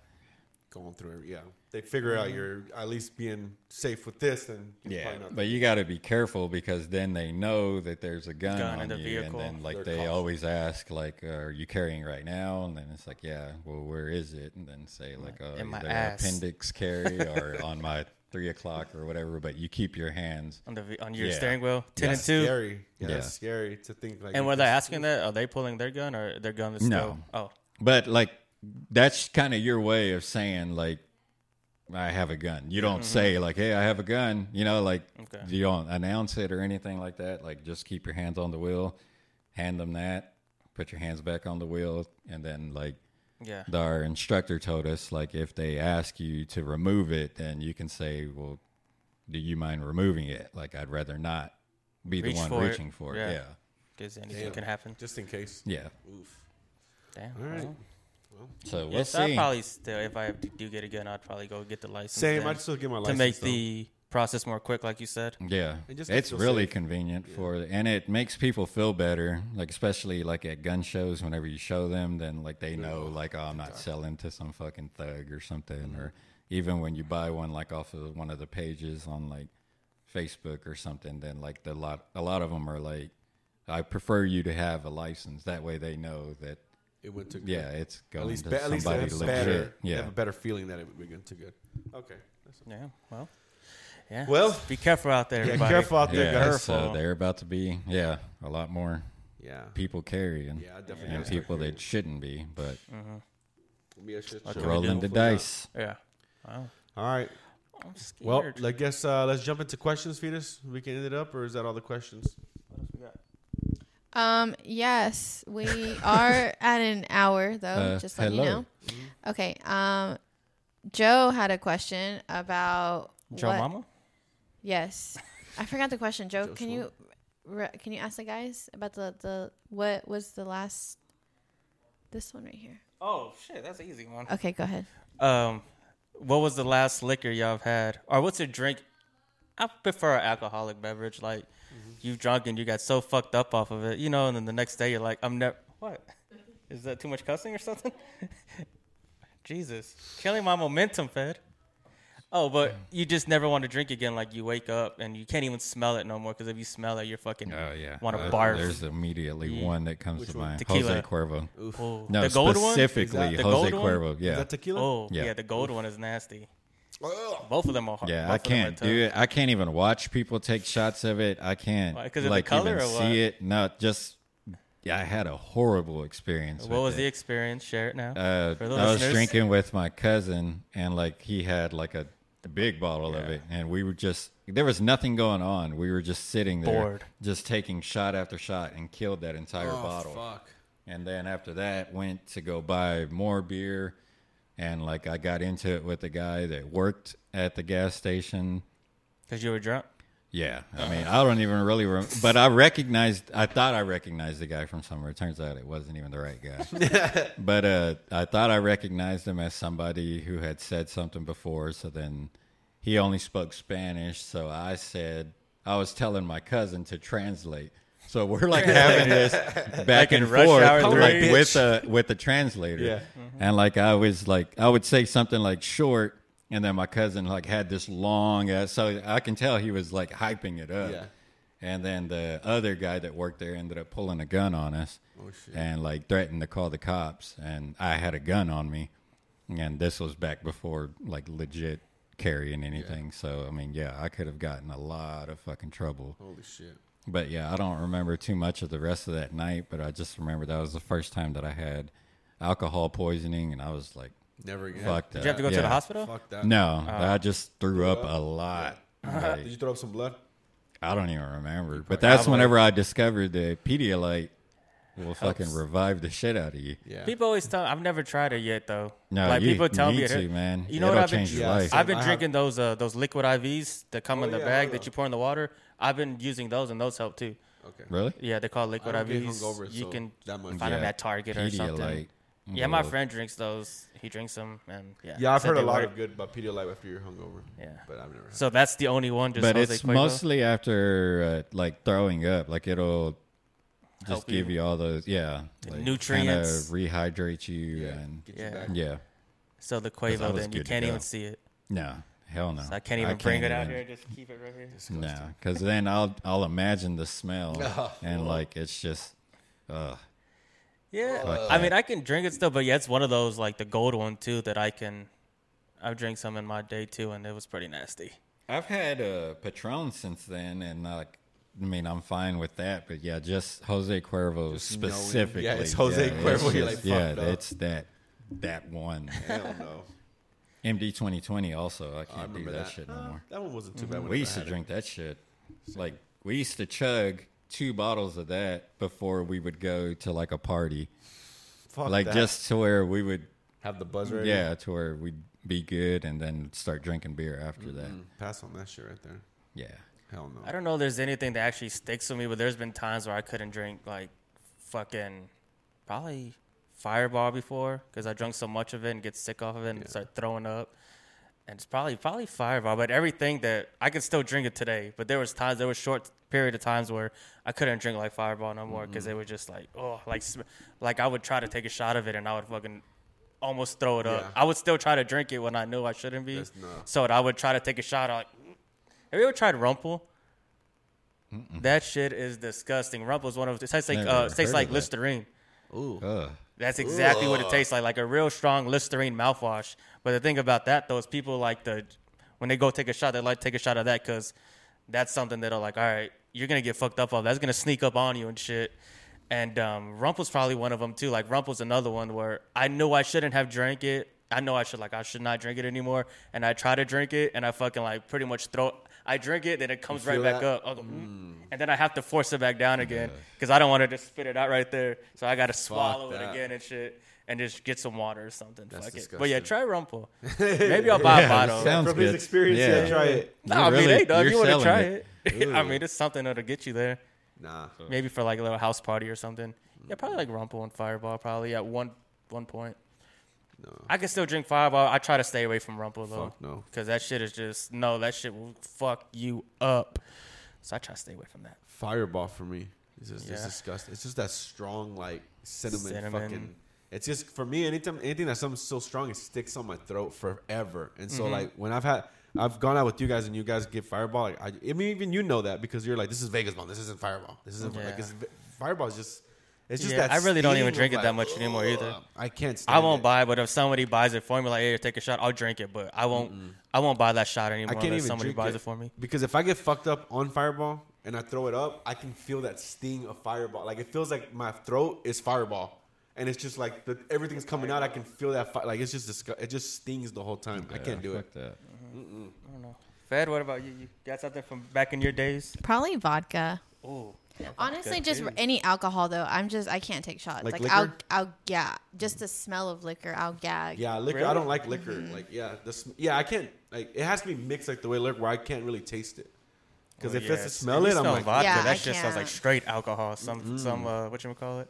Going through it, yeah. Mm-hmm. They figure out you're at least being safe with this, then you're
Yeah,
probably not-
but you got to be careful because then they know that there's a gun,
Gun
on
in the
you,
vehicle.
and then like
They're
they
cops.
always ask, like, uh, "Are you carrying right now?" And then it's like, "Yeah." Well, where is it? And then say like, "Oh,
in my
either
ass."
appendix carry or on my three o'clock or whatever." But you keep your hands.
On the v- on your
Yeah.
steering wheel, ten
That's
and two.
scary. Yeah,
Yeah.
that's scary to think like.
And
you
were they
just-
asking that? Are they pulling their gun or their gun is
No.
still? Oh,
But like, that's kind of your way of saying like, "I have a gun." You don't
Mm-hmm.
say like, "Hey, I have a gun." You know, like you don't announce it or anything like that. Like, just keep your hands on the wheel, hand them that, put your hands back on the wheel, and then like.
yeah.
our instructor told us like if they ask you to remove it then you can say well do you mind removing it like i'd rather not be
Reach
the one
for it.
reaching for it
Yeah.
yeah
Because anything can happen.
just in case.
yeah,
Damn.
All right.
well.
so we'll
yes,
see
I'd probably still, if I do get a gun, I'd probably go get the license.
Same.
then
I'd still get my
to
license
make
though.
the process more quick, like you said.
yeah
It just makes
it's
you
really
safe.
convenient for and it makes people feel better like especially like at gun shows whenever you show them then like they know like oh i'm not selling to some fucking thug or something
Mm-hmm.
or even when you buy one like off of one of the pages on like facebook or something then like the lot a lot of them are like i prefer you to have a license that way they know that
It went to good.
yeah it's going
At least,
to
be, at least they
somebody
have,
legit
better, they
yeah
have a better feeling that it went to good. Okay. That's-
Yeah. Well. Yeah.
Well-
be careful out there.
Yeah,
everybody.
careful out there,
yeah
guys.
so
Careful.
they're about to be yeah a lot more
Yeah.
people carrying
Yeah, I definitely.
and
gotta start
people
carrying.
that shouldn't be, but
Mm.
It'll be a shit show.
rolling the
Hopefully not.
dice.
Yeah. Wow.
All right.
I'm scared.
Well, I guess uh, let's jump into questions, Fetus. We can end it up, or is that all the questions?
Um, yes, we are at an hour though,
Uh,
just let you
hello.
know. Okay. Um Joe had a question about
Joe
what-
Mama.
Yes. I forgot the question. Joe, can you re- can you ask the guys about the the what was the last this one right here?
Oh shit, that's an easy one.
Okay, go ahead.
Um, what was the last liquor y'all have had, or what's a drink? I prefer an alcoholic beverage. Like
Mm-hmm.
you've drunk and you got so fucked up off of it, you know, and then the next day you're like, I'm never. What is that? Too much cussing or something? Jesus, killing my momentum, Fed. Oh,
Mm.
but you just never want to drink again. Like you wake up and you can't even smell it no more because if you smell it, you're fucking
Oh yeah.
want to
Uh,
barf.
There's immediately one that comes to mind.
Tequila.
Jose Cuervo.
Oh,
No,
the gold one?
specifically
Is that the
Jose
gold one?
Cuervo. Yeah.
Is that tequila?
Oh
Yeah.
yeah, the gold one is nasty.
Ugh.
Both of them are hard.
Yeah, I can't do it. I can't even watch people take shots of it. I can't
Why, 'cause of the
like
color
even
or what?
see it. No, just yeah, I had a horrible experience.
What
with
was
it.
the experience? Share it now.
Uh,
For the
I was
listeners.
drinking with my cousin, and like he had like a, a big bottle of it, and we were just there was nothing going on. We were just sitting there,
Bored.
just taking shot after shot, and killed that entire bottle.
fuck.
And then after that, went to go buy more beer, and like I got into it with the guy that worked at the gas station.
because you were drunk.
Yeah, I mean, I don't even really remember, but I recognized. I thought I recognized the guy from somewhere. It turns out it wasn't even the right guy. but uh, I thought I recognized him as somebody who had said something before. So then he only spoke Spanish. So I said I was telling my cousin to translate. So we're like having this back
in
and
Rush
forth,
Hour
like
three.
with a with a translator. Mm-hmm.
Yeah.
And like I was like I would say something like short, and then my cousin like had this long. Uh, so I can tell he was like hyping it up.
Yeah.
And then the other guy that worked there ended up pulling a gun on us
Oh,
and like threatened to call the cops. And I had a gun on me. And this was back before like legit carrying anything. So, I mean, yeah, I could have gotten a lot of fucking trouble.
Holy shit.
But yeah, I don't remember too much of the rest of that night, but I just remember that was the first time that I had alcohol poisoning and I was like,
Never again.
fuck
Did you have to go to the hospital? Oh.
Fuck that.
No, I just threw up a lot. Like,
Did you throw up some blood?
I don't even remember. But that's
Probably.
whenever I discovered that Pedialyte will fucking revive the shit out of you.
Yeah.
People always tell. I've never tried it yet though.
No,
like
you
people tell me,
need
it hurt.
to, man.
You know
It'll
what I've been?
change your
Yeah,
life.
I've been
I have- Oh,
drinking those uh, those liquid IVs that come in the
yeah, I
bag that
know.
you pour in the water. I've been using those and those help too.
Okay.
Really?
Yeah, they're called liquid
I don't get
IVs.
hungover,
you
so
can
that much.
find them
Yeah,
at Target or something.
Pedialyte Mm-hmm.
Yeah, my
will-
friend drinks those. He drinks them, and yeah.
Yeah, I've
said
heard a
they
lot
work.
of good about Pedialyte after you're hungover.
Yeah.
But I've never had.
So that's the only one. Just
But
Jose
it's
Cuervo?
mostly after uh, like throwing up. Like it'll just
Help
give you. all those, yeah, like,
nutrients.
kinda rehydrate you, and
Get
Yeah.
you back.
yeah,
So the Quavo,
was
then you
good to
can't
go.
even see it.
no, hell no,
So I can't even bring it out
even-
here. Just keep it right here.
No, because then I'll I'll imagine the smell and like it's just, uh,
Yeah, I mean, I can drink it still, but yeah, it's one of those like the gold one too that I can. I've drank some in my day too, and it was pretty nasty.
I've had a Patron since then, and like, I mean, I'm fine with that. But yeah, just Jose Cuervo specifically.
Yeah, it's Jose Cuervo, you're like,
yeah,
fuck, dog.
it's that that one.
Hell no.
MD 2020 also. I can't
I
do
remember
that,
that.
shit
Uh,
no more. Mm-hmm.
That one wasn't too bad. when
We
I
used to
had it.
drink that shit. Like we used to chug two bottles of that before we would go to like a party.
Fuck
like
that.
just to where we would
have the buzz ready.
yeah, to where we'd be good and then start drinking beer after that.
Mm-hmm.
Pass on that shit right there.
Yeah.
Hell no.
I don't know if there's anything that actually sticks with me, but there's been times where I couldn't drink like fucking probably Fireball before because I drank so much of it and get sick off of it and start throwing up. And it's probably probably Fireball, but everything that I could still drink it today. But there was times there was short period of times where I couldn't drink like Fireball no more because they were just like oh like sm- like I would try to take a shot of it and I would fucking almost throw it up.
Yeah.
I would still try to drink it when I knew I shouldn't be.
That's not-
So I would try to take a shot. I'm like, "Mm." have you ever tried Rumple? That shit is disgusting. Rumple is one of it tastes like
Never
uh, it tastes
heard
like
of that.
Listerine.
Ugh.
That's exactly what it tastes like, like a real strong Listerine mouthwash. But the thing about that though is people like the when they go take a shot, they like to take a shot of that because that's something that'll like, all right, you're gonna get fucked up off. That's gonna sneak up on you and shit. And um, Rumple's probably one of them too. Like Rumple's another one where I knew I shouldn't have drank it. I know I should like I should not drink it anymore. And I try to drink it and I fucking like pretty much throw. I drink it, then it comes right
feel
back
that?
up. I go, mm. And then I have to force it back down again because I don't want to just spit it out right there. So I got to swallow it
that.
again and shit, and just get some water or something.
That's
Fuck it. But yeah, try
disgusting.
Rumple. Maybe I'll buy a bottle.
sounds
From
good.
his experience, yeah, try it.
no,
You
I mean,
really-
hey, dog,
you're
you want to
selling
try
it.
it? I mean, it's something that'll get you there.
Nah.
Maybe for like a little house party or something. Yeah, probably like Rumple and Fireball, probably at one one point.
No.
I can still drink Fireball. I try to stay away from Rumble though.
Fuck no.
Because that shit is just no. That shit will fuck you up. So I try to stay away from that.
Fireball for me. It's just it's
Yeah.
disgusting. It's just that strong like cinnamon,
Cinnamon.
fucking. It's just for me. Anytime anything that's something so strong, it sticks on my throat forever. And
Mm-hmm.
so like when I've had. I've gone out with you guys, and you guys get Fireball. Like, I, I mean, even you know that because you're like, "This is Vegas Bomb. This isn't Fireball. This isn't
Yeah.
like it's, Fireball is just. It's just
Yeah,
that.
I really don't
sting
even drink
of
it that
like,
much anymore either.
"Ugh, I can't. Stand
I won't
it.
buy, but if somebody buys it for me, like, hey, take a shot, I'll drink it. But I won't. I won't buy that shot anymore
I can't
unless
even
somebody
drink
buys it. for me.
because if I get fucked up on Fireball and I throw it up, I can feel that sting of Fireball. Like it feels like my throat is Fireball, and it's just like the, everything's coming out. I can feel that. Fi- like it's just disgu- it just stings the whole time. I can't do
Uh, fuck
it.
That.
I don't know. Fed, what about you? You got something from back in your days?
Probably vodka.
Ooh.
Honestly, just
too.
any alcohol though. I'm just I can't take shots.
Like
Like,
liquor?
I'll I'll yeah. Just the smell of liquor, I'll gag.
Yeah, liquor. I
Really?
don't like liquor. Like yeah, this yeah I can't like it has to be mixed like the way liquor where I can't really taste it. Because if it's to smell it, I'm like
vodka.
Yeah,
that
I
shit sounds like
can't.
straight alcohol. Some some uh, what you call it?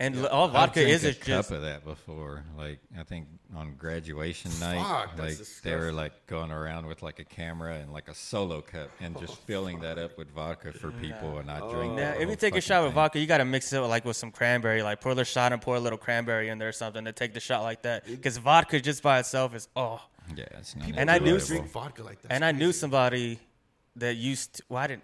And l- all vodka
I've drank
is
a
is
cup
just
of that before. Like I think on graduation
Fuck,
night,
that's
like they were
disgusting.
like going around with like a camera and like a solo cup and
Oh,
just filling that up with vodka for people, and I drink.
Now,
that
if
whole
you take a
fucking
shot with
thing.
vodka, you gotta mix it with, like with some cranberry. Like pour the shot and pour a little cranberry in there or something to take the shot like that. Because vodka just by itself is oh.
yeah, it's not
people
And I do
really
enjoyable.
drink vodka like that.
and I knew somebody that used. To, well, I didn't.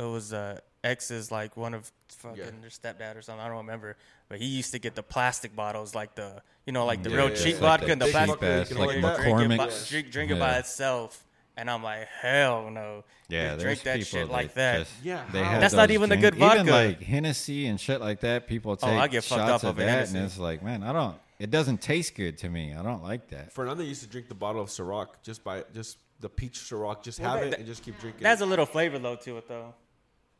It was uh, ex's like one of fucking
Yeah.
their stepdad or something. I don't remember, but he used to get the plastic bottles, like the you know, like the
Yeah,
real
Mm, yeah,
cheap
yeah.
vodka
Like
and
the
the
cheap
plastic.
ass,
you
like
can only Drink it, by,
McCormick.
drink, drink it by
Yeah.
itself, and I'm like, hell no.
Yeah,
You
there's
drink that
people
shit like that.
just-
Yeah,
they
how?
have
That's not
those
even the
drink-
good vodka. Oh,
Even like Hennessy and shit like that, people take
I get fucked
shots
up
of
off of
that, and
Hennessy.
it's like, man, I don't. It doesn't taste good to me. I don't like that.
Fernanda used to drink the bottle of Ciroc just by just the peach Ciroc. Just
Well,
have
that-
it
that-
and just keep drinking.
That's a little flavor though to it though.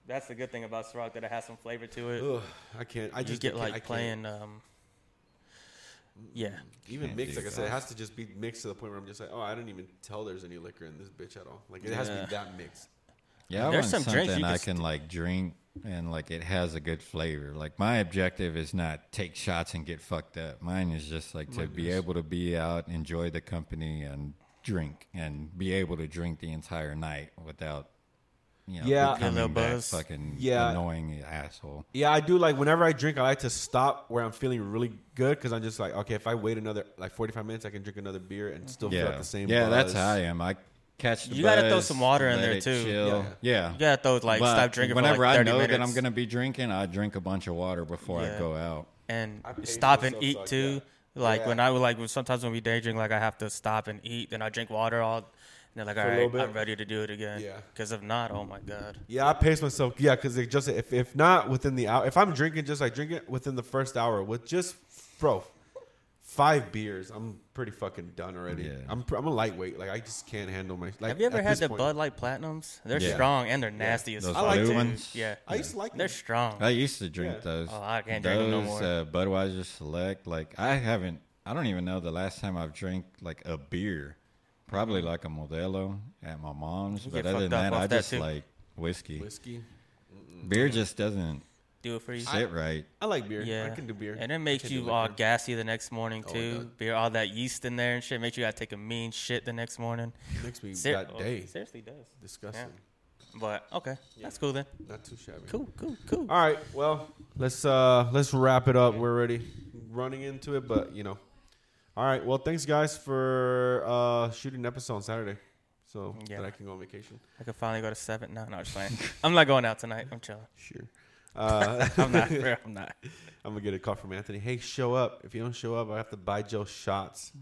That's the good thing about Ciroc that it has some flavor to it.
Ugh, I can't. I
you
just
get
can't- I
like
can't.
playing. Um, yeah,
Even
Can't
mixed,
do
like I said, it
that.
has to just be mixed to the point where I'm just like, oh, I didn't even tell there's any liquor in this bitch at all. Like it has to
Yeah.
be that mixed.
Yeah, I
There's
want
some
something
drinks you
I
can
can like drink and like it has a good flavor. Like my objective is not take shots and get fucked up. Mine is just like to be able to be out, enjoy the company, and drink and be able to drink the entire night without. You know,
Yeah.
Get a little
becoming that
buzz.
fucking
Yeah.
annoying asshole.
Yeah, I do. Like whenever I drink, I like to stop where I'm feeling really good because I'm just like, okay, if I wait another like 45 minutes, I can drink another beer and still feel
Yeah,
like the same.
yeah, that's
buzz.
how I am. I catch the
You gotta throw
buzz,
some water in
let
there,
it
too.
chill.
Yeah.
Yeah,
you gotta throw like
But
stop drinking.
Whenever
for like 30
I know
minutes.
that I'm gonna be drinking, I drink a bunch of water before
Yeah.
I go out.
and
I pace
stop and
myself
eat
like
too. Like when
Yeah.
I would like when- sometimes when we day drink, like I have to stop and eat. Then I drink water all. And then like all
a little
right,
bit.
I'm ready to do it again.
Yeah.
Because if not, oh my god.
Yeah, I pace myself. Yeah, because it just if if not within the hour, if I'm drinking, just like drinking within the first hour with just bro, five beers, I'm pretty fucking done already.
Yeah.
I'm pr- I'm a lightweight. Like I just can't handle my. Like,
Have you ever
at
had
this
the
point.
Bud Light Platinums? They're
Yeah.
strong and they're nasty as
Those
fuck.
like
too.
them.
ones.
Yeah.
I used to like
They're
them.
strong.
I used to drink
Yeah.
those.
Oh, I can't
those,
drink 'em no more.
Uh, Budweiser Select. Like I haven't. I don't even know the last time I've drank like a beer. Probably like a Modelo at my mom's, but
Mm-hmm. get
other than
fucked up
that,
off
I
that,
just
too.
like whiskey.
whiskey.
Beer just doesn't
Do it for you.
sit right.
I like beer.
Yeah,
I can do beer.
and it
I
makes
can do
you all
liquor.
gassy the next
Oh,
morning
it
too.
does.
Beer, all that yeast in there and shit makes you gotta take a mean shit the next morning.
Makes me
Ser-
that
oh,
day.
seriously does.
Disgusting.
But okay, that's cool then.
Not too shabby.
Cool, cool, cool.
All right. Well, let's uh let's wrap it up. We're already running into it, but you know. All right. Well, thanks guys for uh shooting an episode on Saturday, so
Yeah.
that I can go on vacation.
I could finally go to seven. No, no, I'm just playing. I'm not going out tonight. I'm chilling.
Sure. Uh,
I'm not. for real, I'm not.
I'm gonna get a call from Anthony. Hey, show up. If you don't show up, I have to buy Joe shots.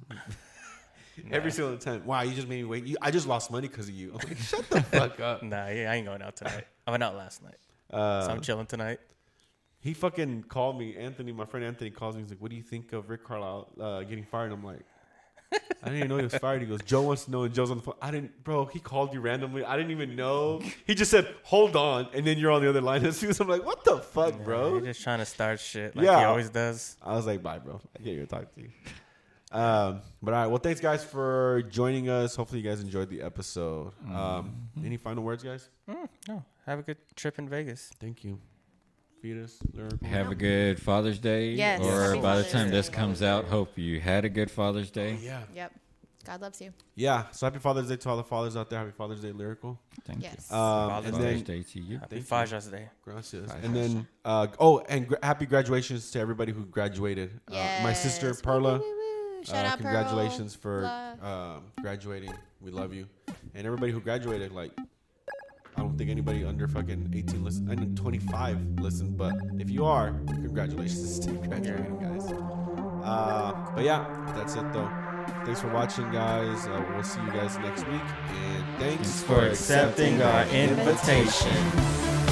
Every single time. Wow, you just made me wait. You, I just lost money because of you. I'm like, shut the fuck up.
Nah, yeah, I ain't going out tonight. I went out last night,
Uh,
so I'm chilling tonight.
He fucking called me, Anthony. My friend Anthony calls me. He's like, "What do you think of Rick Carlisle uh, getting fired?" I'm like, "I didn't even know he was fired." He goes, "Joe wants to know," and Joe's on the phone. I didn't, bro. He called you randomly. I didn't even know. He just said, "Hold on," and then you're on the other line as soon as I'm like, "What the fuck,
He's
bro?"
just trying to start shit like he
Oh. Yeah.
always does.
I was like, "Bye, bro. I can't even talk to you." Um, but all right. Well, thanks guys for joining us. Hopefully, you guys enjoyed the episode. Um, Any final words, guys?
No, have a good trip in Vegas.
Thank you. fetus lyrical.
Have a good Father's Day.
Yes.
Or
Happy
by the
Father's
time
Day.
this comes out, hope you had a good Father's Day.
Oh, Yeah.
Yep. God loves you.
Yeah. So happy Father's Day to all the fathers out there. Happy Father's Day lyrical.
Thank you.
Yes.
Um, and
Father's
then
Day to you.
Happy Fajas Day.
Gracias. And then, uh, oh, and gra- happy graduations to everybody who graduated. Uh, my sister,
Yes. Woo, woo,
Perla.
woo, woo. Shout
Uh,
out, Pearl.
congratulations
Love.
for um, graduating. We love you. And everybody who graduated, like, I don't think anybody under fucking 18 listen, I mean 25 listen, but if you are, congratulations to graduating, guys. Uh, but yeah, that's it, though. Thanks for watching, guys. Uh, we'll see you guys next week. And thanks,
for accepting
Accepting our
invitation.
invitation.